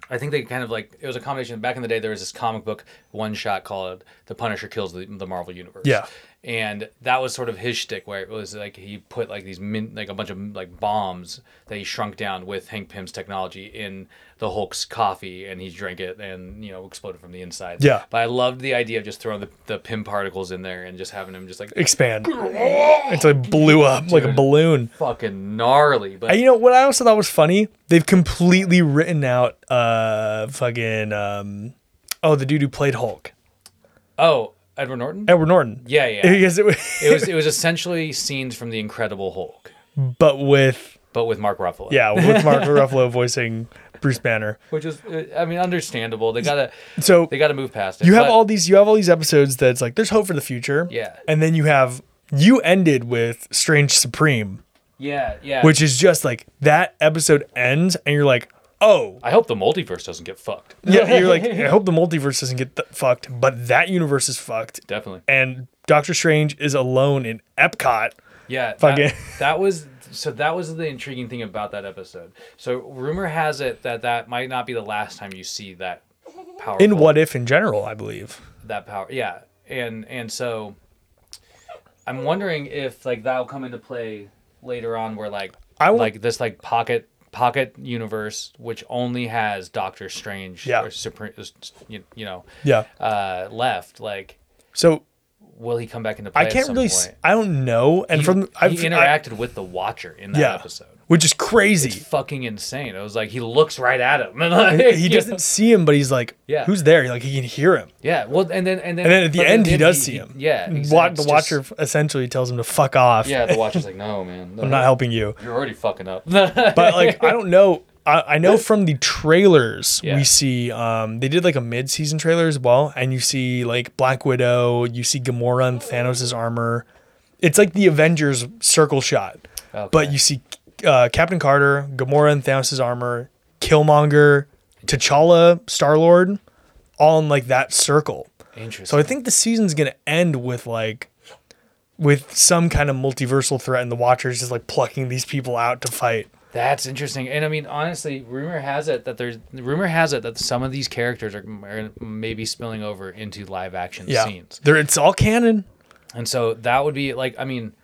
Speaker 3: I think they kind of like it was a combination. Back in the day, there was this comic book one shot called "The Punisher Kills the, the Marvel Universe."
Speaker 2: Yeah.
Speaker 3: and that was sort of his shtick, where it was like he put like these min, like a bunch of like bombs that he shrunk down with Hank Pym's technology in the Hulk's coffee, and he drank it, and you know exploded from the inside.
Speaker 2: Yeah.
Speaker 3: but I loved the idea of just throwing the, the Pym particles in there and just having him just like
Speaker 2: Expand until it blew up like a balloon.
Speaker 3: fucking gnarly. But
Speaker 2: And you know what I also thought was funny? They've completely written out uh fucking um oh the dude who played Hulk.
Speaker 3: oh, Edward Norton.
Speaker 2: Edward Norton.
Speaker 3: Yeah, yeah.
Speaker 2: Because it was,
Speaker 3: it was it was essentially scenes from the Incredible Hulk,
Speaker 2: but with
Speaker 3: but with Mark Ruffalo.
Speaker 2: yeah, with Mark Ruffalo voicing Bruce Banner.
Speaker 3: which is uh, I mean understandable. They gotta
Speaker 2: So
Speaker 3: they gotta move past it.
Speaker 2: you have
Speaker 3: But
Speaker 2: all these you have all these episodes that's like there's hope for the future.
Speaker 3: Yeah.
Speaker 2: And then you have you ended with Strange Supreme,
Speaker 3: yeah yeah.
Speaker 2: which is just like that episode ends and you're like, "Oh,
Speaker 3: I hope the multiverse doesn't get fucked.
Speaker 2: yeah, you're like, I hope the multiverse doesn't get th- fucked, but that universe is fucked.
Speaker 3: Definitely.
Speaker 2: And Doctor Strange is alone in Epcot.
Speaker 3: Yeah,
Speaker 2: Fucking-
Speaker 3: that, that was so. That was the intriguing thing about that episode. So rumor has it that that might not be the last time you see that power.
Speaker 2: In What If in general, I believe.
Speaker 3: that power? Yeah, and and so I'm wondering if like that'll come into play later on, where like
Speaker 2: I want-
Speaker 3: like this like pocket pocket universe, which only has Doctor Strange
Speaker 2: Yeah.
Speaker 3: or Supreme, you, you know,
Speaker 2: Yeah.
Speaker 3: uh, left. Like,
Speaker 2: So
Speaker 3: will he come back into play?
Speaker 2: I
Speaker 3: at
Speaker 2: can't
Speaker 3: some
Speaker 2: really.
Speaker 3: Point?
Speaker 2: s I don't know. And
Speaker 3: he,
Speaker 2: from
Speaker 3: he
Speaker 2: I've- I,
Speaker 3: interacted with the Watcher in that
Speaker 2: yeah,
Speaker 3: episode.
Speaker 2: which is crazy.
Speaker 3: It's fucking insane. It was like he looks right at him. and, like,
Speaker 2: he
Speaker 3: you
Speaker 2: he
Speaker 3: know.
Speaker 2: doesn't see him, but he's like,
Speaker 3: Yeah.
Speaker 2: who's there? Like he can hear him.
Speaker 3: Yeah. Well, and then and then
Speaker 2: And then at the
Speaker 3: but
Speaker 2: end, he
Speaker 3: then
Speaker 2: does see him.
Speaker 3: Yeah.
Speaker 2: And
Speaker 3: exa-
Speaker 2: Wa-
Speaker 3: it's
Speaker 2: the
Speaker 3: just-
Speaker 2: Watcher essentially tells him to fuck off.
Speaker 3: Yeah, the Watcher's like, no, man, no,
Speaker 2: I'm not helping you.
Speaker 3: You're already fucking up.
Speaker 2: But like, I don't know. I, I know from the trailers
Speaker 3: Yeah.
Speaker 2: we see um, they did like a mid-season trailer as well, and you see like Black Widow, you see Gamora and Thanos' armor. It's like the Avengers circle shot, but
Speaker 3: Okay.
Speaker 2: you see uh, Captain Carter, Gamora and Thanos' armor, Killmonger, T'Challa, Star Lord, all in like that circle.
Speaker 3: Interesting.
Speaker 2: So I think the season's gonna end with like with some kind of multiversal threat and the watchers just like plucking these people out to fight.
Speaker 3: That's interesting. And I mean, honestly, rumor has it that there's rumor has it that some of these characters are, are maybe spilling over into live action
Speaker 2: Yeah.
Speaker 3: scenes.
Speaker 2: There it's all canon.
Speaker 3: And so that would be like, I mean,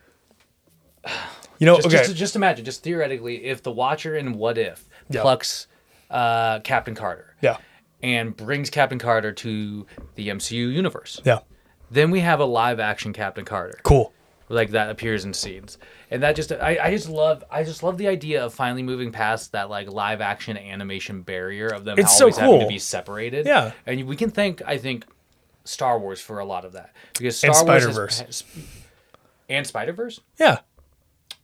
Speaker 2: You know,
Speaker 3: just,
Speaker 2: Oh, okay.
Speaker 3: just, just imagine, just theoretically, if the Watcher in What If
Speaker 2: Yeah.
Speaker 3: plucks uh, Captain Carter
Speaker 2: yeah.
Speaker 3: and brings Captain Carter to the MCU universe,
Speaker 2: Yeah.
Speaker 3: then we have a live action Captain Carter.
Speaker 2: Cool.
Speaker 3: like that appears in scenes and that just I, I just love i just love the idea of finally moving past that like live action animation barrier of them
Speaker 2: It's so
Speaker 3: always having to
Speaker 2: cool.
Speaker 3: be separated
Speaker 2: Yeah.
Speaker 3: and we can thank i think star wars for a lot of that because star
Speaker 2: And
Speaker 3: wars
Speaker 2: Spider-Verse.
Speaker 3: has, and spider-verse
Speaker 2: Yeah.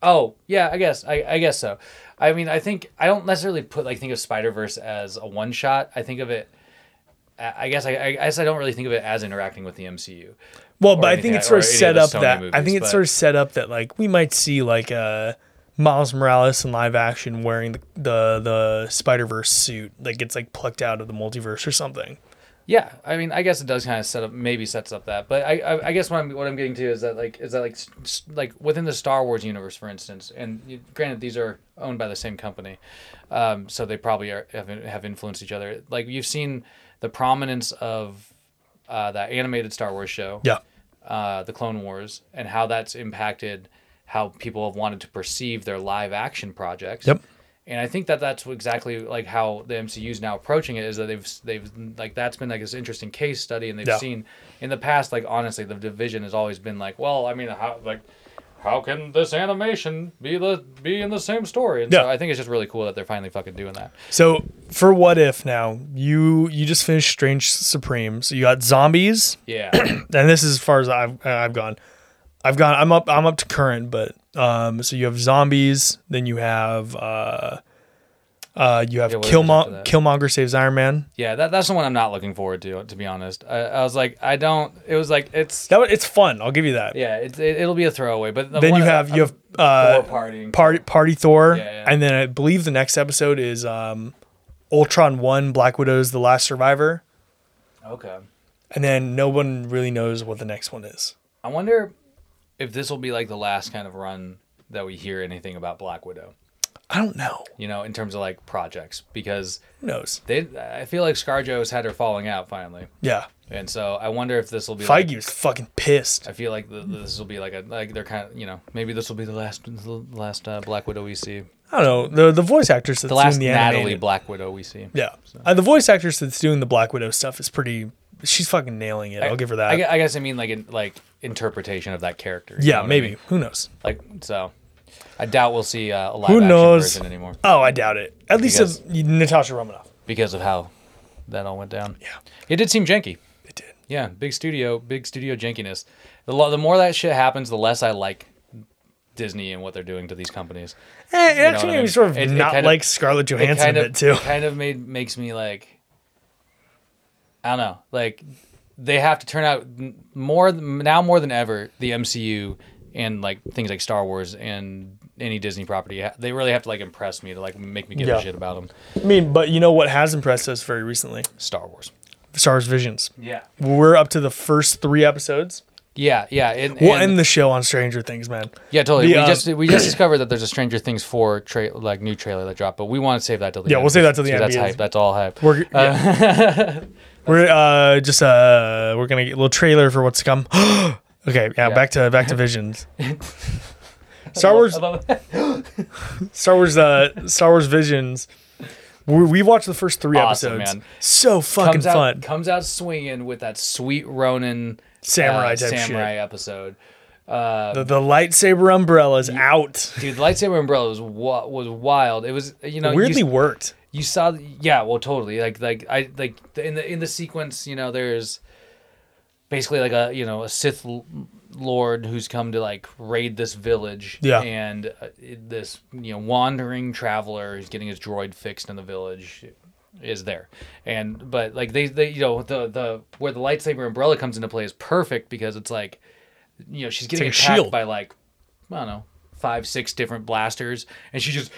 Speaker 3: oh yeah i guess I, I guess so i mean i think i don't necessarily put like think of spider-verse as a one shot i think of it I I guess I, I guess I don't really think of it as interacting with the MCU.
Speaker 2: Well, but I
Speaker 3: anything
Speaker 2: think it's sort of
Speaker 3: that- or any of
Speaker 2: set
Speaker 3: the
Speaker 2: up
Speaker 3: Sony
Speaker 2: that I
Speaker 3: movies,
Speaker 2: think it's
Speaker 3: but-
Speaker 2: sort of set up that like we might see like uh Miles Morales in live action wearing the the, the Spider Verse suit that gets like plucked out of the multiverse or something.
Speaker 3: Yeah, I mean, I guess it does kind of set up, maybe sets up that, but I, I, I guess what I'm, what I'm getting to is that like, is that like, s- s- like within the Star Wars universe, for instance, and you, granted these are owned by the same company, um, so they probably are, have have influenced each other. Like you've seen the prominence of uh, that animated Star Wars show,
Speaker 2: Yeah.
Speaker 3: uh, the Clone Wars, and how that's impacted how people have wanted to perceive their live action projects.
Speaker 2: Yep.
Speaker 3: And I think that that's exactly like how the MCU is now approaching it is that they've they've like that's been like this interesting case study, and they've
Speaker 2: Yeah.
Speaker 3: seen in the past like honestly the division has always been like well I mean how like how can this animation be the be in the same story? And
Speaker 2: Yeah.
Speaker 3: so I think it's just really cool that they're finally fucking doing that.
Speaker 2: So for what if now you you just finished Strange Supreme, so you got zombies,
Speaker 3: Yeah.
Speaker 2: and this is as far as I've uh, I've gone. I've gone. I'm up. I'm up to current, but um. So you have zombies, then you have uh, uh. You have
Speaker 3: Yeah, whatever's after
Speaker 2: Killmonger.
Speaker 3: that.
Speaker 2: Killmonger saves Iron Man.
Speaker 3: yeah, that, that's the one I'm not looking forward to, to be honest. I, I was like, I don't, it was like, it's,
Speaker 2: That one- it's fun. I'll give you that.
Speaker 3: Yeah, it, it, it'll be a throwaway. But the
Speaker 2: Then
Speaker 3: one
Speaker 2: you
Speaker 3: that-
Speaker 2: have you
Speaker 3: I'm-
Speaker 2: have uh
Speaker 3: Thor partying.
Speaker 2: party party Thor,
Speaker 3: Yeah, yeah.
Speaker 2: and then I believe the next episode is um, Ultron one, Black Widow's the last survivor,
Speaker 3: okay.
Speaker 2: and then no one really knows what the next one is.
Speaker 3: I wonder if this will be like the last kind of run that we hear anything about Black Widow.
Speaker 2: I don't know.
Speaker 3: You know, in terms of like projects, because
Speaker 2: Who knows?
Speaker 3: they, I feel like ScarJo's had her falling out finally,
Speaker 2: Yeah.
Speaker 3: and so I wonder if this will be.
Speaker 2: Feige
Speaker 3: Like,
Speaker 2: was fucking pissed.
Speaker 3: I feel like th this will be like a like they're kind of you know maybe this will be the last the last uh, Black Widow we see,
Speaker 2: I don't know the the voice actress that's
Speaker 3: the last
Speaker 2: doing the
Speaker 3: Natalie
Speaker 2: animated.
Speaker 3: Black Widow we see.
Speaker 2: yeah, uh, the voice actress that's doing the Black Widow stuff is pretty. She's fucking nailing it. I, will give her that.
Speaker 3: I, gue- I guess I mean like in, like interpretation of that character. you know
Speaker 2: yeah,
Speaker 3: what I
Speaker 2: maybe.
Speaker 3: mean?
Speaker 2: Who knows?
Speaker 3: Like so, I doubt we'll see uh, a live
Speaker 2: Who
Speaker 3: action
Speaker 2: knows?
Speaker 3: version anymore
Speaker 2: Oh, I doubt it. At least
Speaker 3: Because-
Speaker 2: of Natasha Romanoff.
Speaker 3: because of how that all went down.
Speaker 2: Yeah.
Speaker 3: it did seem janky.
Speaker 2: It did.
Speaker 3: Yeah, big studio, big studio jankiness. The lo- the more that shit happens, the less I like Disney and what they're doing to these companies.
Speaker 2: Eh, it
Speaker 3: what
Speaker 2: actually
Speaker 3: I
Speaker 2: made me
Speaker 3: mean?
Speaker 2: sort of
Speaker 3: It- it
Speaker 2: not
Speaker 3: kind of-
Speaker 2: like Scarlett
Speaker 3: It
Speaker 2: Johansson
Speaker 3: kind
Speaker 2: a
Speaker 3: of
Speaker 2: bit too.
Speaker 3: kind of made makes me like I don't know, like they have to turn out n- more th- now more than ever the MCU and like things like Star Wars and any Disney property. ha- They really have to like impress me to like make me give
Speaker 2: Yeah.
Speaker 3: a shit about them.
Speaker 2: I mean, but you know what has impressed us very recently?
Speaker 3: Star Wars.
Speaker 2: Star Wars Visions.
Speaker 3: Yeah.
Speaker 2: We're up to the first three episodes.
Speaker 3: Yeah, yeah. And,
Speaker 2: We'll
Speaker 3: and-
Speaker 2: end the show on Stranger Things, man.
Speaker 3: yeah, totally.
Speaker 2: the,
Speaker 3: we
Speaker 2: uh,
Speaker 3: just we just discovered that there's a Stranger Things four tra- like new trailer that dropped, but we want to save that till the
Speaker 2: Yeah,
Speaker 3: end.
Speaker 2: we'll save that till the
Speaker 3: So
Speaker 2: end,
Speaker 3: That's
Speaker 2: because-
Speaker 3: hype. That's all hype.
Speaker 2: We're yeah. we're uh, just uh, we're gonna get a little trailer for what's to come. Okay, yeah,
Speaker 3: Yeah.
Speaker 2: back to back to Visions. Star Wars,
Speaker 3: I love that.
Speaker 2: Star Wars, uh, Star Wars Visions. We, we watched the first three
Speaker 3: Awesome,
Speaker 2: episodes.
Speaker 3: man.
Speaker 2: So fucking
Speaker 3: comes out
Speaker 2: fun.
Speaker 3: comes out swinging with that sweet Ronin
Speaker 2: Samurai
Speaker 3: uh,
Speaker 2: type shit.
Speaker 3: samurai uh, episode.
Speaker 2: The, the lightsaber umbrellas out.
Speaker 3: Dude, lightsaber umbrella was wa- was wild. It was you know you-
Speaker 2: Weirdly worked.
Speaker 3: you saw yeah well totally like like i like in the in the sequence you know there's basically like a you know a sith l- lord who's come to like raid this village
Speaker 2: Yeah.
Speaker 3: and uh, it- this you know wandering traveler who's getting his droid fixed in the village is there and but like they they you know the the where the lightsaber umbrella comes into play is perfect because it's like you know she's getting
Speaker 2: like a
Speaker 3: attacked
Speaker 2: shield.
Speaker 3: by like I don't know, five, six different blasters, and she just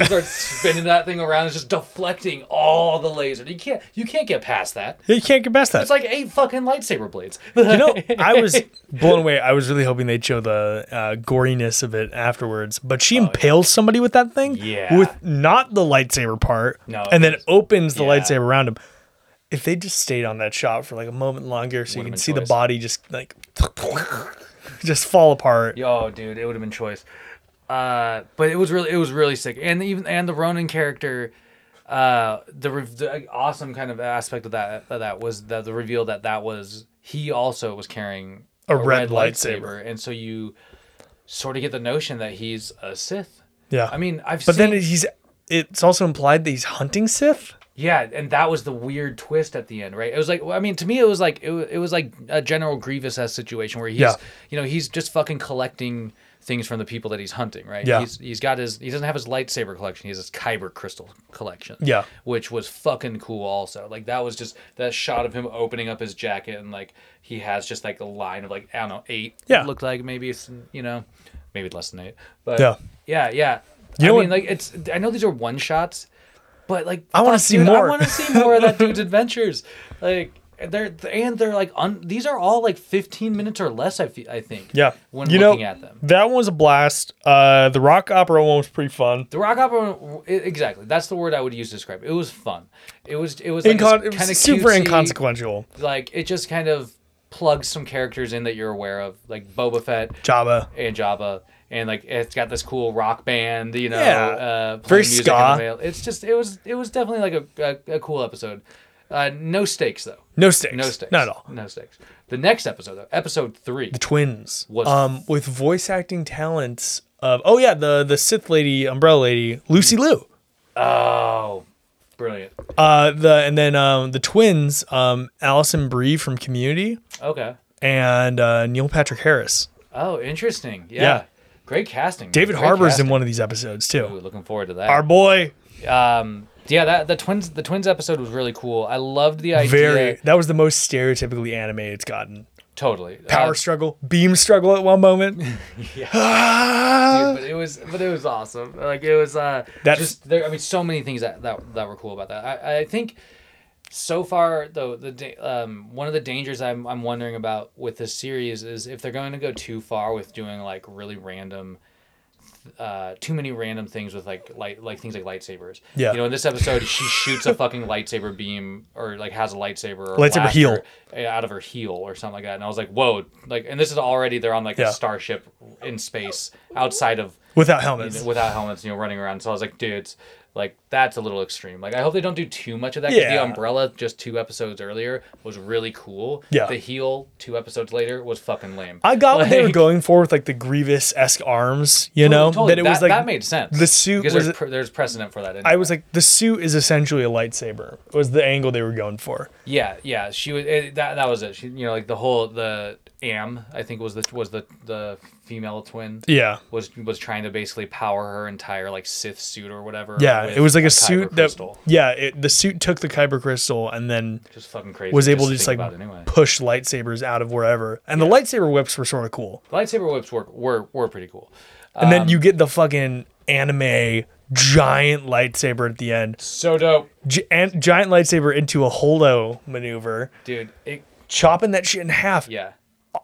Speaker 3: starts spinning that thing around, it's just deflecting all the laser. You can't you can't get past that.
Speaker 2: You can't get past that.
Speaker 3: It's like eight fucking lightsaber blades.
Speaker 2: you know, I was blown away. I was really hoping they'd show the uh, goriness of it afterwards, but she impales somebody with that thing.
Speaker 3: Oh, Yeah.
Speaker 2: With not the lightsaber part.
Speaker 3: No, it
Speaker 2: And then
Speaker 3: was-
Speaker 2: opens the
Speaker 3: yeah.
Speaker 2: lightsaber around him. If they just stayed on that shot for like a moment longer, so you
Speaker 3: Would've
Speaker 2: can
Speaker 3: been
Speaker 2: see the
Speaker 3: choice.
Speaker 2: body just like just fall apart.
Speaker 3: Yo, dude, it would have been choice. Uh, but it was really it was really sick, and even and the Ronin character, uh, the, re- the awesome kind of aspect of that of that was that the reveal that that was he also was carrying
Speaker 2: A red lightsaber.
Speaker 3: and so you sort of get the notion that he's a Sith.
Speaker 2: Yeah.
Speaker 3: I mean, I've
Speaker 2: but
Speaker 3: seen,
Speaker 2: then he's. It's also implied that he's hunting Sith.
Speaker 3: yeah, and that was the weird twist at the end, right? It was like, I mean, to me, it was like it, wa- it was like a General Grievous esque situation where he's,
Speaker 2: Yeah.
Speaker 3: you know, he's just fucking collecting things from the people that he's hunting, right?
Speaker 2: Yeah.
Speaker 3: He's, he's got his he doesn't have his lightsaber collection. He has his kyber crystal collection.
Speaker 2: Yeah.
Speaker 3: Which was fucking cool also. Like that was just that shot of him opening up his jacket and like he has just like a line of like I don't know, eight
Speaker 2: Yeah.
Speaker 3: it looked like maybe it's you know, maybe less than eight. But
Speaker 2: Yeah.
Speaker 3: yeah, yeah.
Speaker 2: You
Speaker 3: I
Speaker 2: know
Speaker 3: mean,
Speaker 2: what-
Speaker 3: like it's I know these are one shots, but like
Speaker 2: I wanna
Speaker 3: fuck,
Speaker 2: see
Speaker 3: dude,
Speaker 2: more.
Speaker 3: I want to see more of that dude's adventures. Like they're and they're like un, these are all like 15 minutes or less. I fe- I think.
Speaker 2: Yeah.
Speaker 3: When
Speaker 2: you
Speaker 3: looking
Speaker 2: know,
Speaker 3: at them,
Speaker 2: That one was a blast. Uh, the rock opera one was pretty fun.
Speaker 3: the rock opera i- exactly. That's the word I would use to describe. It It was fun. It was it was like
Speaker 2: Incon- it
Speaker 3: kind
Speaker 2: was
Speaker 3: of
Speaker 2: super inconsequential.
Speaker 3: Like it just kind of plugs some characters in that you're aware of, like Boba Fett
Speaker 2: Jabba.
Speaker 3: and Java, and like it's got this cool rock band, you know,
Speaker 2: Yeah.
Speaker 3: uh, playing
Speaker 2: Very
Speaker 3: music
Speaker 2: ska.
Speaker 3: on the rail. It's just it was it was definitely like a, a, a cool episode. Uh, no stakes though.
Speaker 2: No stakes.
Speaker 3: No stakes.
Speaker 2: Not at all.
Speaker 3: No stakes. The next episode though, episode three.
Speaker 2: The twins.
Speaker 3: Was-
Speaker 2: um with voice acting talents of oh yeah, the the Sith lady, umbrella lady, Lucy Liu.
Speaker 3: Oh, brilliant.
Speaker 2: Uh the and then um the twins, um Allison Brie from Community
Speaker 3: Okay.
Speaker 2: and uh Neil Patrick Harris.
Speaker 3: Oh, interesting. Yeah.
Speaker 2: Yeah.
Speaker 3: Great casting.
Speaker 2: David
Speaker 3: Great
Speaker 2: Harbour's in
Speaker 3: casting.
Speaker 2: one of these episodes
Speaker 3: Ooh,
Speaker 2: too.
Speaker 3: looking forward to that.
Speaker 2: Our boy.
Speaker 3: um, yeah, that the twins the twins episode was really cool. I loved the idea.
Speaker 2: Very that was the most stereotypically anime it's gotten.
Speaker 3: totally
Speaker 2: Power
Speaker 3: Uh,
Speaker 2: struggle, beam struggle at one moment. Ah!
Speaker 3: but it was but it was awesome. Like it was uh
Speaker 2: That-
Speaker 3: just there I mean so many things that that, that were cool about that. I, I think so far though the da- um one of the dangers I'm I'm wondering about with this series is if they're going to go too far with doing like really random uh, too many random things with like light like things like lightsabers.
Speaker 2: Yeah.
Speaker 3: You know, in this episode, she shoots a fucking lightsaber beam or like has a lightsaber or
Speaker 2: Lightsaber
Speaker 3: blaster
Speaker 2: heel.
Speaker 3: out of her heel or something like that. And I was like, whoa! Like, and this is already they're on like
Speaker 2: Yeah.
Speaker 3: a starship in space outside of
Speaker 2: Without
Speaker 3: you know,
Speaker 2: helmets.
Speaker 3: without helmets, you know, running around. So I was like, dudes, like that's a little extreme. Like I hope they don't do too much of that. 'cause
Speaker 2: Yeah.
Speaker 3: The umbrella just two episodes earlier was really cool.
Speaker 2: Yeah.
Speaker 3: The heel two episodes later was fucking lame.
Speaker 2: I got what they were
Speaker 3: Like-
Speaker 2: going for with like the Grievous esque arms, you know?
Speaker 3: Totally,
Speaker 2: That it was like
Speaker 3: that made sense.
Speaker 2: the suit
Speaker 3: because
Speaker 2: was-
Speaker 3: there's, pre- there's precedent for that.
Speaker 2: I was
Speaker 3: anyway.
Speaker 2: like, the suit is essentially a lightsaber. Was the angle they were going for?
Speaker 3: yeah, yeah. She was it, that. That was it. She, you know, like the whole the Am I think was the was the the female twin.
Speaker 2: Yeah,
Speaker 3: Was was trying to basically power her entire like Sith suit or whatever.
Speaker 2: yeah.
Speaker 3: with
Speaker 2: It was like a,
Speaker 3: kyber
Speaker 2: suit that.
Speaker 3: crystal.
Speaker 2: Yeah, it, the suit took the kyber crystal and then
Speaker 3: just fucking crazy.
Speaker 2: was able to just
Speaker 3: think
Speaker 2: like
Speaker 3: about it anyway.
Speaker 2: push lightsabers out of wherever. And the lightsaber whips were sort of cool.
Speaker 3: The lightsaber whips were were, were pretty cool.
Speaker 2: And
Speaker 3: Um,
Speaker 2: then you get the fucking anime giant lightsaber at the end,
Speaker 3: So dope,
Speaker 2: Gi- and giant lightsaber into a holo maneuver,
Speaker 3: dude. It,
Speaker 2: chopping that shit in half.
Speaker 3: yeah,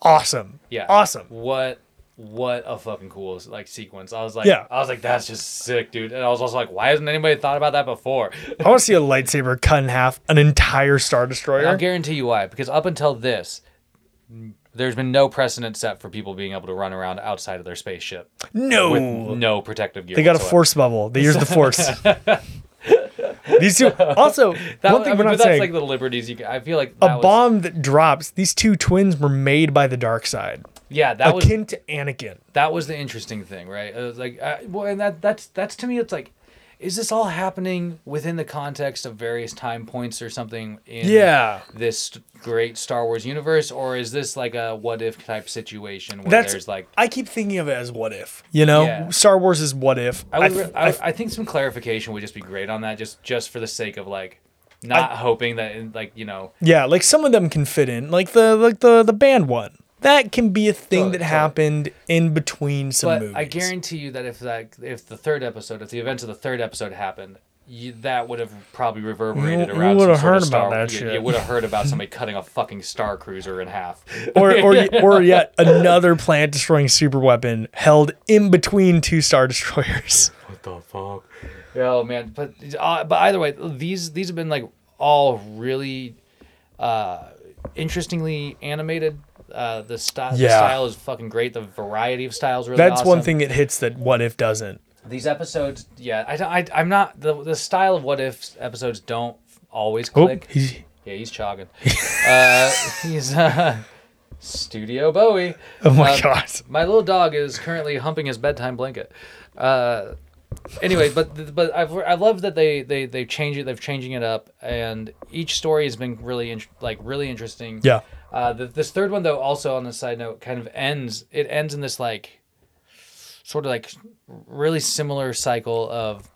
Speaker 2: Awesome.
Speaker 3: yeah,
Speaker 2: Awesome.
Speaker 3: What what a fucking cool like sequence. I was like,
Speaker 2: Yeah.
Speaker 3: I was like, that's just sick, dude. And I was also like, why hasn't anybody thought about that before?
Speaker 2: I want to see a lightsaber cut in half an entire star destroyer.
Speaker 3: I'll guarantee you why. Because up until this, There's been no precedent set for people being able to run around outside of their spaceship
Speaker 2: No.
Speaker 3: with no protective gear.
Speaker 2: They got a
Speaker 3: whatsoever.
Speaker 2: force bubble. They use the force. these two. Also,
Speaker 3: That,
Speaker 2: one thing we're
Speaker 3: I mean, but
Speaker 2: not
Speaker 3: that's
Speaker 2: saying:
Speaker 3: like the liberties. You can, I feel like that
Speaker 2: a
Speaker 3: was-
Speaker 2: bomb that drops. These two twins were made by the dark side,
Speaker 3: Yeah, that was
Speaker 2: akin to Anakin.
Speaker 3: that was the interesting thing, right? It was like, I, well, and that that's that's to me, it's like, is this all happening within the context of various time points or something? In
Speaker 2: Yeah.
Speaker 3: This great Star Wars universe, or is this like a what if type situation where
Speaker 2: That's
Speaker 3: there's like.
Speaker 2: I keep thinking of it as what if. You know,
Speaker 3: Yeah.
Speaker 2: Star Wars is what if.
Speaker 3: I, would,
Speaker 2: I-
Speaker 3: re- I, I, think some clarification would just be great on that, just just for the sake of like not hoping that like you know
Speaker 2: Yeah, like some of them can fit in, like the like the the band one. That can be a thing that
Speaker 3: Totally, totally.
Speaker 2: happened in between some
Speaker 3: but
Speaker 2: movies.
Speaker 3: I guarantee you that if like if the third episode, if the events of the third episode happened, you, that would have probably reverberated
Speaker 2: You- you
Speaker 3: around.
Speaker 2: would've
Speaker 3: some sort
Speaker 2: heard
Speaker 3: of Star-
Speaker 2: about that
Speaker 3: you,
Speaker 2: shit.
Speaker 3: You would have heard about somebody cutting a fucking star cruiser in half.
Speaker 2: or or or yet another planet destroying super weapon held in between two star destroyers.
Speaker 3: oh man, but uh, but either way, these these have been like all really uh, interestingly animated. Uh, the, sty- the
Speaker 2: Yeah.
Speaker 3: style is fucking great. The variety of styles really.
Speaker 2: That's one
Speaker 3: awesome.
Speaker 2: thing it hits that what if doesn't.
Speaker 3: These episodes, yeah, I, I I'm not the the style of what if episodes don't always
Speaker 2: Oh,
Speaker 3: click.
Speaker 2: he's-
Speaker 3: Yeah, he's chogging. uh, he's uh, Studio Bowie.
Speaker 2: oh my
Speaker 3: Um,
Speaker 2: god.
Speaker 3: My little dog is currently humping his bedtime blanket. Uh, anyway, but but I've I love that they they they change it. They've changing it up, and each story has been really in, like really interesting.
Speaker 2: Yeah.
Speaker 3: Uh, the, this third one though, also on a side note, kind of ends. It ends in this like sort of like really similar cycle of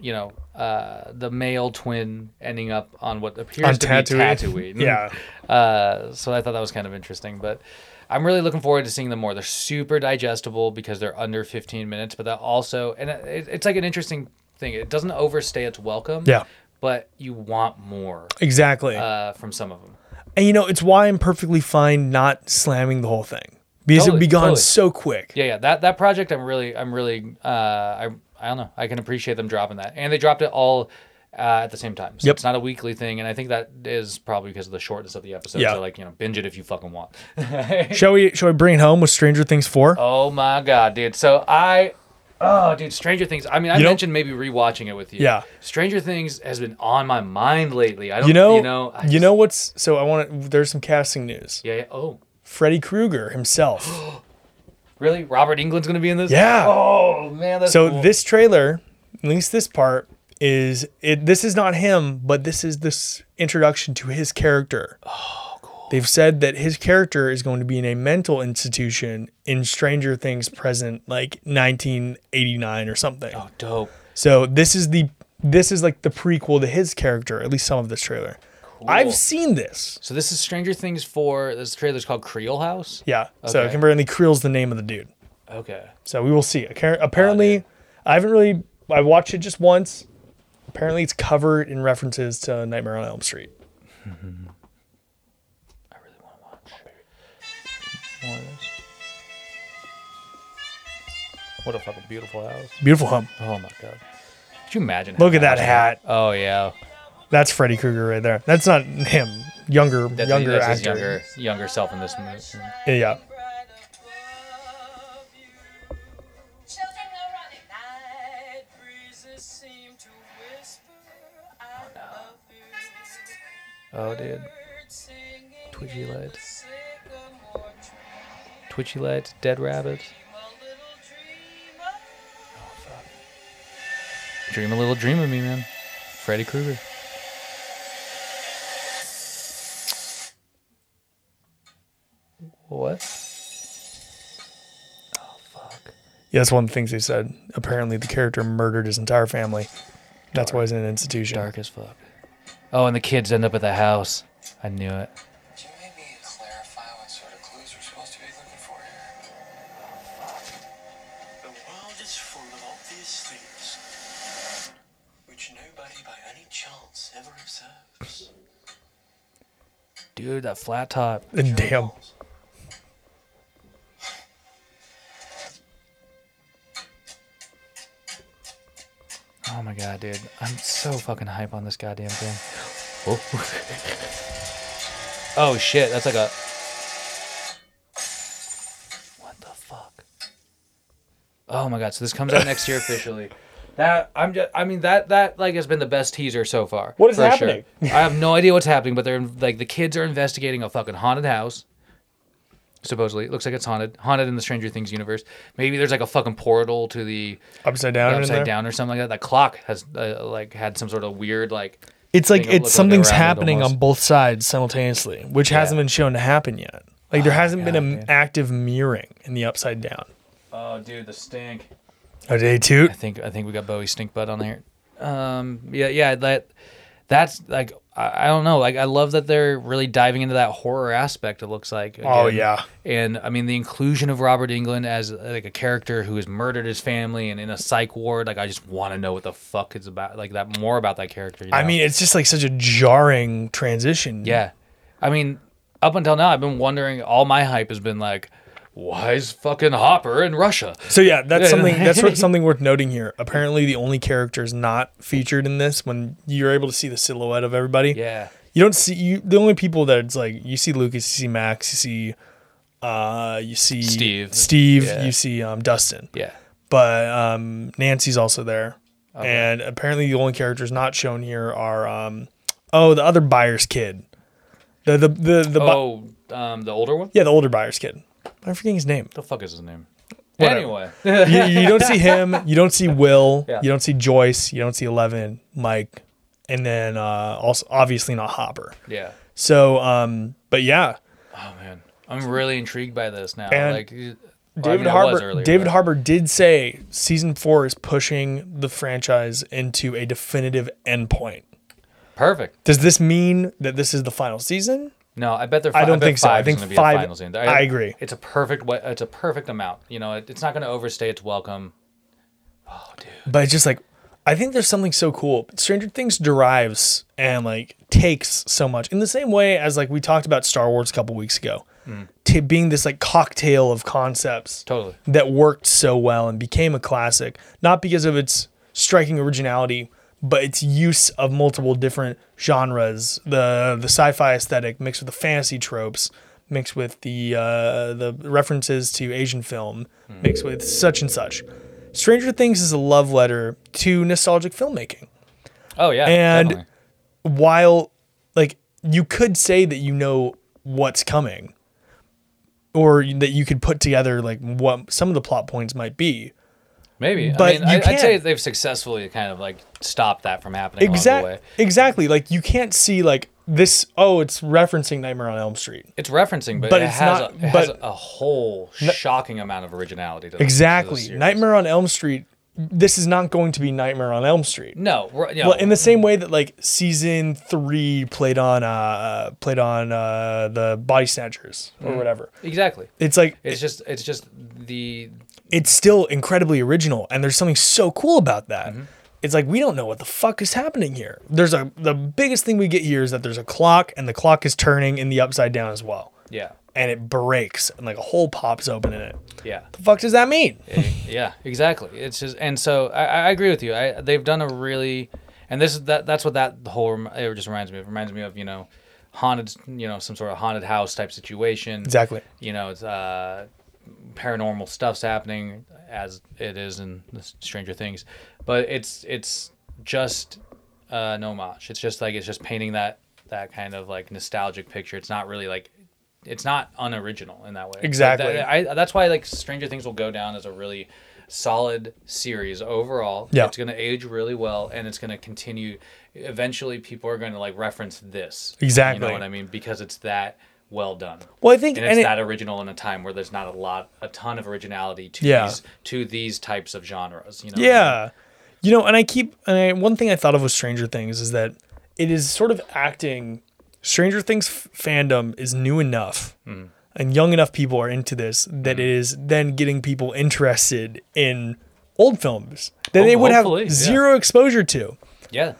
Speaker 3: you know uh, the male twin ending up on what appears
Speaker 2: On
Speaker 3: to
Speaker 2: Tatooine.
Speaker 3: be Tatooine.
Speaker 2: Yeah.
Speaker 3: Uh, so I thought that was kind of interesting, but I'm really looking forward to seeing them more. They're super digestible because they're under 15 minutes, but that also and it, it's like an interesting thing. It doesn't overstay its welcome.
Speaker 2: Yeah.
Speaker 3: But you want more
Speaker 2: Exactly.
Speaker 3: uh, from some of them.
Speaker 2: and you know, it's why I'm perfectly fine not slamming the whole thing. Because it would
Speaker 3: Totally,
Speaker 2: be gone
Speaker 3: totally.
Speaker 2: so quick.
Speaker 3: Yeah, yeah. That that project, I'm really, I'm really, uh, I, I don't know. I can appreciate them dropping that, and they dropped it all uh, at the same time. So
Speaker 2: Yep.
Speaker 3: it's not a weekly thing, and I think that is probably because of the shortness of the episodes.
Speaker 2: Yeah.
Speaker 3: They're like, you know, binge it if you fucking want.
Speaker 2: Shall we shall we bring it home with Stranger Things 4?
Speaker 3: oh my god, dude. So I, oh, dude, Stranger Things. I mean, I
Speaker 2: You know-
Speaker 3: mentioned maybe rewatching it with you.
Speaker 2: Yeah.
Speaker 3: Stranger Things has been on my mind lately. I don't,
Speaker 2: you know,
Speaker 3: you know, I
Speaker 2: you
Speaker 3: just-
Speaker 2: know what's so I want to there's some casting news.
Speaker 3: Yeah, yeah. Oh,
Speaker 2: Freddy Krueger himself.
Speaker 3: really? Robert England's gonna be in this?
Speaker 2: Yeah.
Speaker 3: Oh man, that's
Speaker 2: So
Speaker 3: cool.
Speaker 2: this trailer, at least this part, is it? This is not him, but this is this introduction to his character. Oh, cool. They've said that his character is going to be in a mental institution in Stranger Things present, like 1989 or something.
Speaker 3: Oh, dope.
Speaker 2: So this is the this is like the prequel to his character, at least some of this trailer. I've seen this.
Speaker 3: So this is Stranger Things four. This trailer's called Creole House.
Speaker 2: Yeah. So
Speaker 3: Okay.
Speaker 2: apparently Creel's the name of the dude.
Speaker 3: Okay.
Speaker 2: So we will see. Apcar-
Speaker 3: Oh,
Speaker 2: Apparently, I haven't really. I watched it just once. Apparently, it's covered in references to Nightmare on Elm Street.
Speaker 3: I really want to watch. More of this. What a fucking beautiful house.
Speaker 2: Beautiful hump.
Speaker 3: Oh my god. Could you imagine?
Speaker 2: Look at that
Speaker 3: having
Speaker 2: hat.
Speaker 3: Oh yeah.
Speaker 2: That's Freddy Krueger right there. That's not him. Younger,
Speaker 3: That's
Speaker 2: younger
Speaker 3: that's his
Speaker 2: actor.
Speaker 3: younger younger self in this movie.
Speaker 2: Yeah, yeah.
Speaker 5: Children are running. Night breezes seem to whisper, I love you.
Speaker 3: Oh dude.
Speaker 5: Birds singing
Speaker 3: Twitchy
Speaker 5: in the
Speaker 3: lights.
Speaker 5: sycamore tree.
Speaker 3: Twitchy lights, dead rabbits.
Speaker 5: Dream a little dream
Speaker 3: Dream a little dream of
Speaker 5: of
Speaker 3: me, man. Freddy Krueger. What?
Speaker 2: Yeah, that's one of the things they said. Apparently, the character murdered his entire family. That's why he's in an institution.
Speaker 3: Dark as fuck. Oh, and the kids end up at the house. I knew it.
Speaker 4: Can you maybe clarify what sort of clues we're supposed to be looking for here? The world is full of obvious things which nobody by any chance ever observes.
Speaker 3: Dude, that flat top.
Speaker 2: Damn.
Speaker 3: Oh my god, dude. I'm so fucking hype on this goddamn thing. Oh, oh shit, that's like a. Oh my god! So this comes out next year officially. That I'm just. I mean that that like has been the best teaser so far.
Speaker 2: What is
Speaker 3: for sure.
Speaker 2: happening?
Speaker 3: I have no idea what's happening, but they're like the kids are investigating a fucking haunted house. Supposedly, it looks like it's haunted. Haunted in the Stranger Things universe. Maybe there's like a fucking portal to the
Speaker 2: Upside down. in there.
Speaker 3: upside down or something like that. The clock has uh, like had some sort of weird like.
Speaker 2: It's like
Speaker 3: thing of
Speaker 2: it's
Speaker 3: looking
Speaker 2: something's
Speaker 3: around
Speaker 2: happening
Speaker 3: almost.
Speaker 2: on both sides simultaneously, which hasn't been shown to happen yet. Like there hasn't been an active mirroring in the upside down.
Speaker 3: Oh, dude, the stink.
Speaker 2: Oh, did they toot?
Speaker 3: I think I think we got Bowie stink butt on here. Um, yeah, yeah, that that's like I, I don't know. Like I love that they're really diving into that horror aspect. It looks like.
Speaker 2: Oh,
Speaker 3: again.
Speaker 2: yeah.
Speaker 3: and I mean the inclusion of Robert England as like a character who has murdered his family and in a psych ward. Like I just want to know what the fuck it's about. Like that more about that character. you
Speaker 2: I
Speaker 3: know?
Speaker 2: mean, it's just like such a jarring transition.
Speaker 3: Yeah. I mean, up until now, I've been wondering, all my hype has been like, why is fucking Hopper in Russia?
Speaker 2: So yeah, that's something that's sort of something worth noting here. Apparently, the only characters not featured in this, when you're able to see the silhouette of everybody,
Speaker 3: Yeah.
Speaker 2: you don't see you. The only people that it's like you see Lucas, you see Max, you see, uh, you see
Speaker 3: Steve.
Speaker 2: Steve,
Speaker 3: Yeah.
Speaker 2: you see um Dustin.
Speaker 3: Yeah.
Speaker 2: but um, Nancy's also there. And apparently, the only characters not shown here are um, oh, the other buyer's kid, the the the, the bu-
Speaker 3: Oh, um, the older one?
Speaker 2: yeah, the older buyer's kid. I'm forgetting his name.
Speaker 3: The fuck is his name?
Speaker 2: Whatever.
Speaker 3: Anyway.
Speaker 2: You, you don't see him. You don't see Will.
Speaker 3: Yeah.
Speaker 2: You don't see Joyce. You don't see Eleven, Mike, and then uh, also obviously not Hopper.
Speaker 3: yeah.
Speaker 2: So, um, but yeah,
Speaker 3: Oh, man. I'm really intrigued by this now.
Speaker 2: And
Speaker 3: like, David
Speaker 2: David Harbour. David Harbour did say season four is pushing the franchise into a definitive endpoint.
Speaker 3: Perfect.
Speaker 2: Does this mean that this is the final season?
Speaker 3: No, I bet they're.
Speaker 2: I don't
Speaker 3: bet
Speaker 2: think so. I
Speaker 3: five is
Speaker 2: think
Speaker 3: gonna be a
Speaker 2: five-
Speaker 3: finals end.
Speaker 2: I agree.
Speaker 3: It's a perfect. wa- It's a perfect amount. You know, it, it's not going to overstay its welcome. Oh,
Speaker 2: But it's just like I think there's something so cool. Stranger Things derives and like takes so much in the same way as like we talked about Star Wars a couple weeks ago. To being this like cocktail of concepts
Speaker 3: Totally.
Speaker 2: that worked so well and became a classic, not because of its striking originality, but its use of multiple different genres, the the sci-fi aesthetic mixed with the fantasy tropes, mixed with the uh, the references to Asian film, mixed with such and such. Stranger Things is a love letter to nostalgic filmmaking.
Speaker 3: Oh yeah.
Speaker 2: And
Speaker 3: definitely.
Speaker 2: While like you could say that you know what's coming or that you could put together like what some of the plot points might be,
Speaker 3: Maybe,
Speaker 2: But
Speaker 3: I mean,
Speaker 2: you
Speaker 3: I,
Speaker 2: can't.
Speaker 3: I'd say they've successfully kind of like stopped that from happening. Along the
Speaker 2: Exactly.
Speaker 3: way.
Speaker 2: Exactly. Like you can't see like this. Oh, it's referencing Nightmare on Elm Street.
Speaker 3: It's referencing, but,
Speaker 2: But
Speaker 3: it,
Speaker 2: it's
Speaker 3: has
Speaker 2: not-
Speaker 3: a, it has
Speaker 2: but-
Speaker 3: a whole shocking amount of originality. To this- to this
Speaker 2: Exactly.
Speaker 3: series.
Speaker 2: Nightmare on Elm Street. This is not going to be Nightmare on Elm Street.
Speaker 3: No, we're- you know,
Speaker 2: Well, in the same way that like season three played on uh played on uh the Body Snatchers or whatever.
Speaker 3: exactly.
Speaker 2: It's like
Speaker 3: It's just, it's just the
Speaker 2: it's still incredibly original and there's something so cool about that it's like we don't know what the fuck is happening here there's a the biggest thing we get here is that there's a clock and the clock is turning in the upside down as well
Speaker 3: yeah,
Speaker 2: and it breaks and like a hole pops open in it
Speaker 3: yeah.
Speaker 2: the fuck does that mean
Speaker 3: yeah exactly it's just and so i, I agree with you I, they've done a really and this is that that's what that whole rem- it just reminds me of it reminds me of you know haunted you know some sort of haunted house type situation
Speaker 2: Exactly.
Speaker 3: you know it's uh paranormal stuff's happening as it is in the stranger things but it's it's just uh no much it's just like it's just painting that that kind of like nostalgic picture it's not really like it's not unoriginal in that way
Speaker 2: Exactly.
Speaker 3: Like, that- I, that's why like Stranger Things will go down as a really solid series overall.
Speaker 2: Yeah.
Speaker 3: It's gonna age really well and it's gonna continue eventually people are gonna like reference this. You
Speaker 2: Exactly.
Speaker 3: know what I mean? Because it's that well done.
Speaker 2: well i think
Speaker 3: and
Speaker 2: and,
Speaker 3: it's
Speaker 2: it-
Speaker 3: that original in a time where there's not a lot a ton of originality to
Speaker 2: Yeah.
Speaker 3: these to these types of genres. You know what I mean?
Speaker 2: yeah you know and i keep and I, one thing i thought of with stranger things is that it is sort of acting stranger things f- fandom is new enough
Speaker 3: Hmm.
Speaker 2: and young enough people are into this that it is then getting people interested in old films that
Speaker 3: Oh,
Speaker 2: they would have
Speaker 3: hopefully, yeah.
Speaker 2: zero exposure to
Speaker 3: Yeah,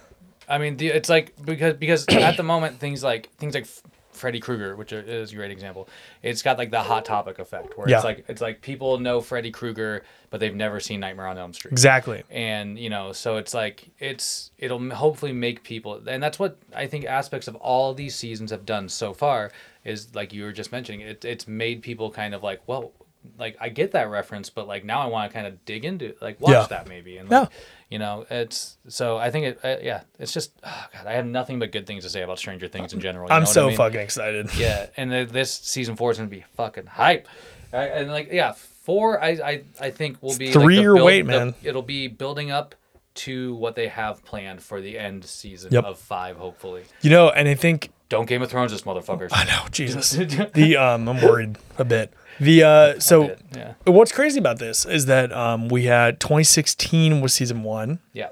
Speaker 3: I mean, the, it's like because because at the moment things like things like F- Freddy Krueger, which is a great example, it's got like the hot topic effect where
Speaker 2: Yeah.
Speaker 3: it's like it's like people know Freddy Krueger, but they've never seen Nightmare on Elm Street.
Speaker 2: exactly
Speaker 3: And you know, so it's like it's it'll m- hopefully make people, and that's what I think aspects of all these seasons have done so far is like you were just mentioning. It, it's made people kind of like, well, like I get that reference, but like now I want to kind of dig into like watch
Speaker 2: Yeah.
Speaker 3: that maybe and
Speaker 2: Yeah.
Speaker 3: like, you know it's so I think it uh, yeah it's just oh god I have nothing but good things to say about Stranger Things in general. you
Speaker 2: I'm
Speaker 3: know what I
Speaker 2: so
Speaker 3: mean?
Speaker 2: fucking excited.
Speaker 3: Yeah, and th- this season four is gonna be fucking hype. I, and like, yeah, four, I, I, I think will be like, the
Speaker 2: three-year
Speaker 3: build-
Speaker 2: wait,
Speaker 3: the-
Speaker 2: man.
Speaker 3: it'll be building up to what they have planned for the end season
Speaker 2: Yep.
Speaker 3: of five, hopefully.
Speaker 2: You know, and I think
Speaker 3: Don't Game of Thrones this motherfuckers.
Speaker 2: I know, Jesus. the um, I'm worried a bit. The uh, so
Speaker 3: bit, yeah.
Speaker 2: what's crazy about this is that um, we had 2016 was season one.
Speaker 3: Yeah.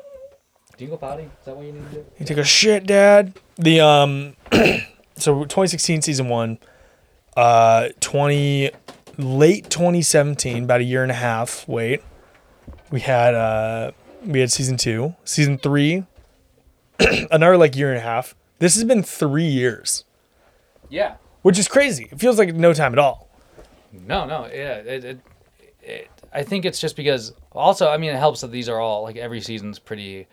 Speaker 3: Do you go potty? Is that what you need to do?
Speaker 2: You take a shit, Dad. The um, so 2016 season one, uh, 20 late 2017, about a year and a half. Wait, we had uh, we had season two, season three, another like year and a half. This has been three years,
Speaker 3: Yeah.
Speaker 2: which is crazy. It feels like no time at all.
Speaker 3: No, no, yeah. It, it, it, I think it's just because also, I mean, it helps that these are all like every season's pretty,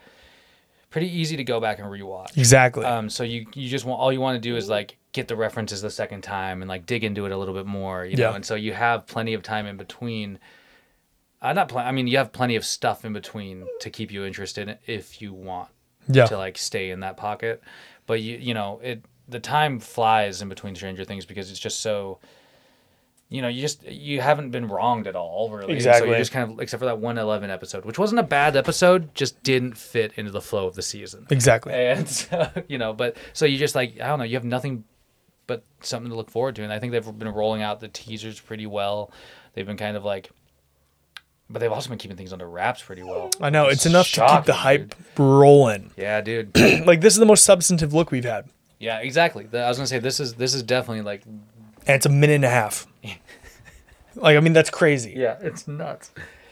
Speaker 3: pretty easy to go back and rewatch.
Speaker 2: Exactly.
Speaker 3: Um, so you you just want all you want to do is like get the references the second time and like dig into it a little bit more, you know.
Speaker 2: Yeah.
Speaker 3: And so you have plenty of time in between. Uh, not pl- I mean, you have plenty of stuff in between to keep you interested if you want
Speaker 2: yeah.
Speaker 3: to like stay in that pocket. But you you know it the time flies in between Stranger Things because it's just so. You know, you just you haven't been wronged at all, really. And So
Speaker 2: Exactly.
Speaker 3: you just kind of, except for that one eleven episode, which wasn't a bad episode, just didn't fit into the flow of the season
Speaker 2: Exactly.
Speaker 3: and so, you know but so you just like i don't know you have nothing but something to look forward to and i think they've been rolling out the teasers pretty well they've been kind of like but they've also been keeping things under wraps pretty well
Speaker 2: I know it's enough to keep
Speaker 3: Shocking,
Speaker 2: the hype
Speaker 3: dude.
Speaker 2: rolling.
Speaker 3: yeah dude
Speaker 2: Like this is the most substantive look we've had,
Speaker 3: yeah exactly The- i was gonna say this is this is definitely like
Speaker 2: and it's a minute and a half. like I mean, that's crazy.
Speaker 3: yeah it's nuts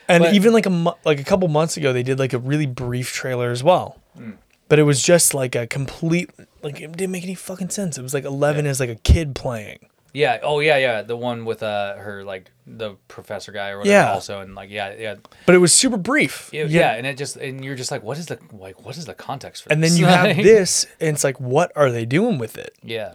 Speaker 2: And
Speaker 3: But-
Speaker 2: even like a mo- like a couple months ago, they did like a really brief trailer as well,
Speaker 3: Mm.
Speaker 2: but it was just like a complete like it didn't make any fucking sense. It was like Eleven is like a kid playing.
Speaker 3: yeah oh yeah yeah the one with uh her like the professor guy or whatever
Speaker 2: Yeah.
Speaker 3: also and like yeah yeah
Speaker 2: But it was super brief.
Speaker 3: yeah, yeah and it just and you're just like what is the like what is the context for
Speaker 2: And
Speaker 3: this?
Speaker 2: then you have
Speaker 3: Like,
Speaker 2: this, and it's like, what are they doing with it?
Speaker 3: yeah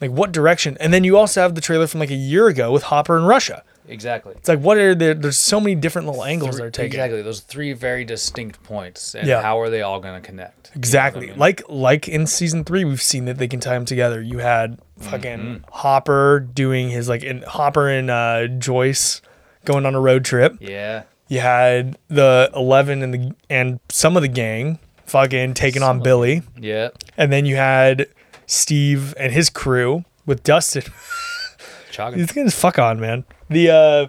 Speaker 2: Like, what direction? And then you also have the trailer from like a year ago with Hopper and Russia.
Speaker 3: exactly
Speaker 2: It's like, what are there? There's so many different little angles
Speaker 3: Three-
Speaker 2: they're taking.
Speaker 3: Exactly. Those three very distinct points. And
Speaker 2: Yeah.
Speaker 3: how are they all going to connect?
Speaker 2: Exactly. Like like in season three, we've seen that they can tie them together. You had fucking Hopper doing his like in Hopper and uh, Joyce going on a road trip.
Speaker 3: Yeah.
Speaker 2: You had the Eleven and the and some of the gang fucking taking on Billy,
Speaker 3: Yeah.
Speaker 2: and then you had Steve and his crew with Dustin.
Speaker 3: Chogging.
Speaker 2: He's gonna fuck on, man. The uh,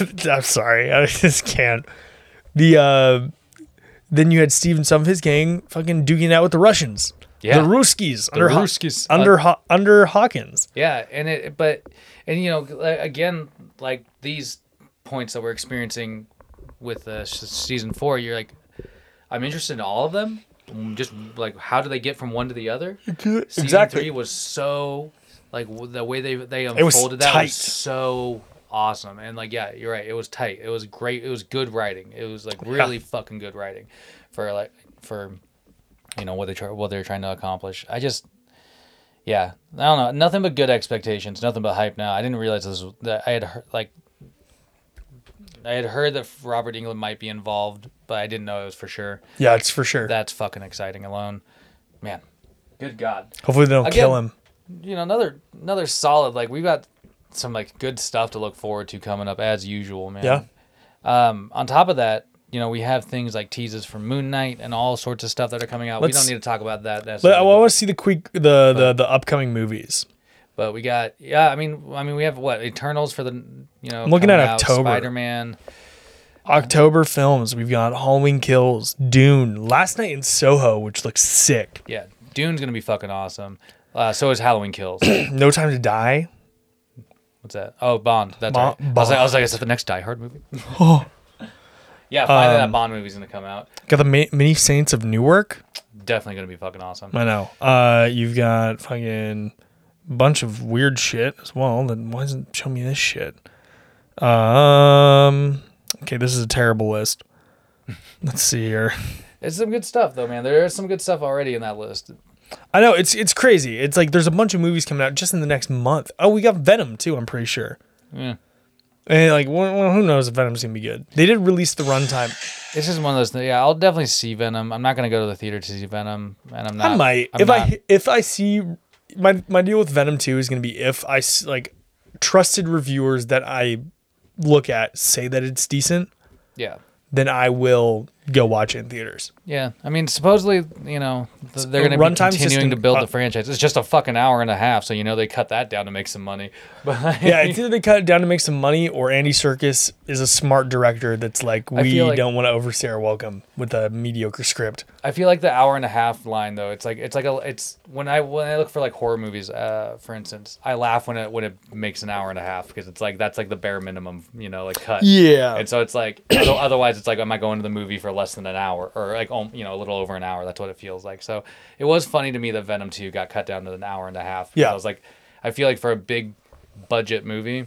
Speaker 2: I'm sorry, I just can't. The uh, then you had Steve and some of his gang fucking duking it out with the Russians.
Speaker 3: Yeah.
Speaker 2: the Ruskies under Ho-
Speaker 3: Ruskies. Uh,
Speaker 2: under Ho- under Hawkins.
Speaker 3: Yeah. And it, but, and you know, like, again, like these points that we're experiencing with uh, s- season four, you're like, I'm interested in all of them. Mm, Just like, how do they get from one to the other? Season three was so, like, w- the way they, they unfolded
Speaker 2: was
Speaker 3: that
Speaker 2: tight.
Speaker 3: was so awesome. And like, yeah, you're right. It was tight. It was great. It was good writing. It was like really fucking good writing for like, for, you know what they try what they're trying to accomplish. I just yeah, I don't know. Nothing but good expectations. Nothing but hype. Now I didn't realize this was, that I had heard, like I had heard that Robert England might be involved, but I didn't know it was for sure.
Speaker 2: Yeah, it's for sure.
Speaker 3: That's fucking exciting alone, man. Good God.
Speaker 2: Hopefully they don't
Speaker 3: Again-
Speaker 2: kill him.
Speaker 3: You know another another solid like we've got some like good stuff to look forward to coming up as usual, man.
Speaker 2: Yeah,
Speaker 3: Um, on top of that, you know we have things like teases for Moon Knight and all sorts of stuff that are coming out. we
Speaker 2: Let's-
Speaker 3: don't need to talk about that. That's
Speaker 2: But I want to see the quick
Speaker 3: Uh-huh.
Speaker 2: the the the upcoming movies.
Speaker 3: But we got yeah. I mean, I mean, we have what Eternals for the you know.
Speaker 2: I'm looking at October.
Speaker 3: Spider Man.
Speaker 2: October films. We've got Halloween Kills, Dune, Last Night in Soho, which looks sick.
Speaker 3: Yeah, Dune's gonna be fucking awesome. Uh, so is Halloween Kills.
Speaker 2: No Time to Die.
Speaker 3: What's that? Oh, Bond. That's
Speaker 2: Bon- Oh.
Speaker 3: right. I was like, I was like, is that the next Die Hard movie? yeah, finally
Speaker 2: Um,
Speaker 3: that Bond movie's gonna come out.
Speaker 2: Got the Ma- Many Saints of Newark.
Speaker 3: Definitely gonna be fucking awesome.
Speaker 2: I know. Uh, you've got fucking bunch of weird shit as well. Then why doesn't show me this shit? Um. Okay, this is a terrible list. Let's see here.
Speaker 3: It's some good stuff though, man. There is some good stuff already in that list.
Speaker 2: I know it's it's crazy. It's like there's a bunch of movies coming out just in the next month. Oh, we got Venom too. I'm pretty sure.
Speaker 3: Yeah.
Speaker 2: And like, well, well, who knows if Venom's gonna be good? They did release the runtime.
Speaker 3: This is one of those. Things, yeah, I'll definitely see Venom. I'm not gonna go to the theater to see Venom, and I'm not.
Speaker 2: I might
Speaker 3: I'm
Speaker 2: if
Speaker 3: not-
Speaker 2: I if I see my my deal with Venom Two is gonna be if I s- like trusted reviewers that I look at say that it's decent,
Speaker 3: Yeah.
Speaker 2: then I will go watch it in theaters.
Speaker 3: Yeah, I mean, supposedly, you know, th- they're going to be
Speaker 2: runtime
Speaker 3: continuing
Speaker 2: system-
Speaker 3: to build
Speaker 2: uh,
Speaker 3: the franchise. It's just a fucking hour and a half, so you know they cut that down to make some money. But
Speaker 2: Yeah, it's either they cut it down to make some money, or Andy Circus is a smart director that's like, we
Speaker 3: feel like-
Speaker 2: don't want to overstay our welcome with a mediocre script.
Speaker 3: I feel like the hour and a half line though. It's like it's like a it's when I when I look for like horror movies, uh, for instance, I laugh when it when it makes an hour and a half because it's like that's like the bare minimum, you know, like cut.
Speaker 2: Yeah.
Speaker 3: And so it's like otho- otherwise it's like am I going to the movie for less than an hour or like um, you know a little over an hour? That's what it feels like. So it was funny to me that Venom Two got cut down to an hour and a half. 'cause
Speaker 2: Yeah.
Speaker 3: I was like, I feel like for a big budget movie,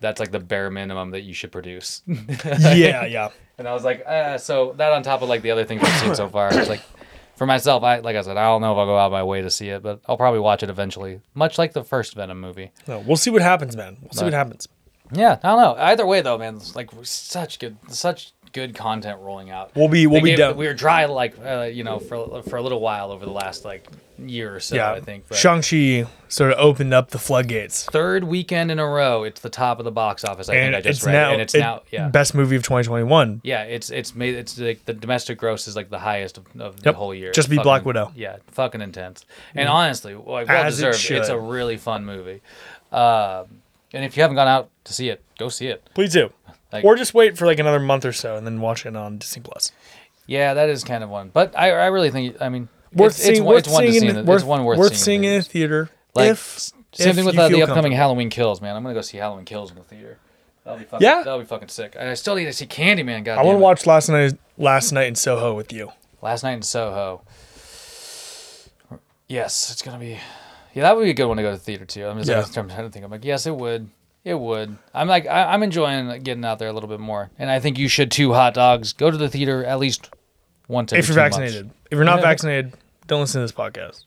Speaker 3: that's like the bare minimum that you should produce.
Speaker 2: yeah, yeah.
Speaker 3: And I was like, uh, so that on top of like the other things I've seen so far, it's like for myself, I like I said, I don't know if I'll go out of my way to see it, but I'll probably watch it eventually, much like the first Venom movie.
Speaker 2: No, we'll see what happens, man. We'll see
Speaker 3: Right.
Speaker 2: what happens.
Speaker 3: Yeah, I don't know. Either way, though, man, it's like such good, such good content rolling out.
Speaker 2: We'll be- we'll
Speaker 3: They
Speaker 2: be
Speaker 3: gave-
Speaker 2: down.
Speaker 3: We were dry like uh, you know for for a little while over the last like year or so.
Speaker 2: yeah,
Speaker 3: I think. but-
Speaker 2: Shang Chi sort of opened up the floodgates,
Speaker 3: Third weekend in a row, it's the top of the box office. I
Speaker 2: and
Speaker 3: think I just
Speaker 2: it's
Speaker 3: read,
Speaker 2: now
Speaker 3: and it's
Speaker 2: it-
Speaker 3: now yeah.
Speaker 2: best movie of 2021.
Speaker 3: Yeah, it's it's made it's like the domestic gross is like the highest of, of the
Speaker 2: Yep.
Speaker 3: whole year.
Speaker 2: Just beat
Speaker 3: Fucking-
Speaker 2: Black Widow. Mm-hmm.
Speaker 3: Yeah, fucking intense. And honestly, like, well
Speaker 2: As it
Speaker 3: deserved. it's
Speaker 2: should.
Speaker 3: a really fun movie. Uh, and if you haven't gone out to see it, go see it.
Speaker 2: Please do,
Speaker 3: Like-
Speaker 2: or just wait for like another month or so and then watch it on Disney Plus.
Speaker 3: Yeah, that is kind of one. But I I really think I mean
Speaker 2: Worth
Speaker 3: it's,
Speaker 2: seeing.
Speaker 3: it's, one-
Speaker 2: worth
Speaker 3: it's one to
Speaker 2: seeing.
Speaker 3: see
Speaker 2: in-
Speaker 3: in the-
Speaker 2: worth,
Speaker 3: it's one worth,
Speaker 2: seeing in a theater.
Speaker 3: Like
Speaker 2: if,
Speaker 3: s- same
Speaker 2: if
Speaker 3: thing with
Speaker 2: you
Speaker 3: uh, the
Speaker 2: feel
Speaker 3: upcoming
Speaker 2: comfortable.
Speaker 3: Halloween Kills, man. I'm gonna go see Halloween Kills in the theater. That'll be fucking,
Speaker 2: Yeah.
Speaker 3: that'll be fucking sick. And I still need to see Candyman. God,
Speaker 2: I want to watch last night. Last night in Soho with you.
Speaker 3: Last night in Soho. Yes, it's gonna be. Yeah, that would be a good one to go to the theater too. I'm just
Speaker 2: Yeah.
Speaker 3: like, I'm trying to think. I'm like, yes, it would. It would. I'm like, I, I'm enjoying getting out there a little bit more, and I think you should too. Hot dogs. Go to the theater at least once. Every
Speaker 2: if you're
Speaker 3: two months.
Speaker 2: vaccinated. If you're not
Speaker 3: Yeah.
Speaker 2: vaccinated, don't listen to this podcast.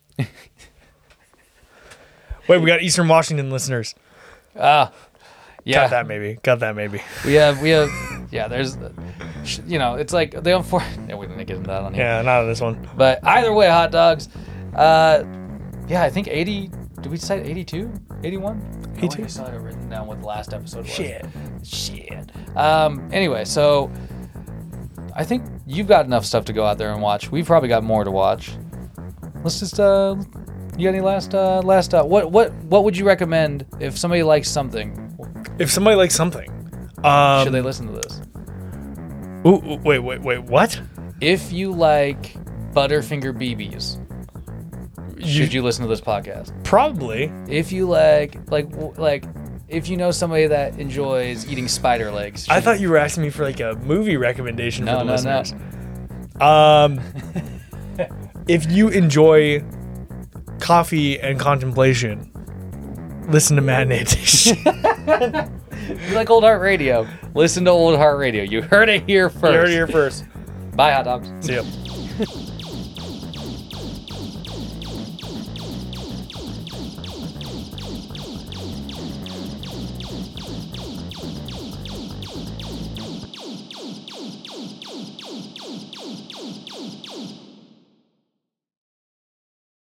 Speaker 2: Wait, we got Eastern Washington listeners. Got
Speaker 3: Ah, yeah,
Speaker 2: that maybe. Got that maybe.
Speaker 3: we have we have yeah. There's, sh- you know, it's like they don't. For- yeah, we didn't get into that on here.
Speaker 2: Yeah, not on this one.
Speaker 3: But either way, hot dogs. Uh, yeah, I think 80. Did we decide 82? 81? 82. I saw it written down what the last episode was.
Speaker 2: Shit.
Speaker 3: Shit. Um, anyway, so I think you've got enough stuff to go out there and watch. We've probably got more to watch. Let's just uh you got any last uh last uh what what what would you recommend if somebody likes something?
Speaker 2: If somebody likes something.
Speaker 3: should
Speaker 2: Um,
Speaker 3: they listen to this?
Speaker 2: ooh, ooh, wait, wait, wait. What?
Speaker 3: If you like Butterfinger BBs, should you listen to this podcast?
Speaker 2: Probably.
Speaker 3: If you like, like, w- like, if you know somebody that enjoys eating spider legs,
Speaker 2: I thought you were asking me for like a movie recommendation
Speaker 3: No,
Speaker 2: for the
Speaker 3: no, no.
Speaker 2: listeners. Um, if you enjoy coffee and contemplation, listen to Matinee Dish. you
Speaker 3: you like old heart radio, listen to old heart radio. You heard it here first.
Speaker 2: heard it here first.
Speaker 3: Bye, hot dogs.
Speaker 2: See ya.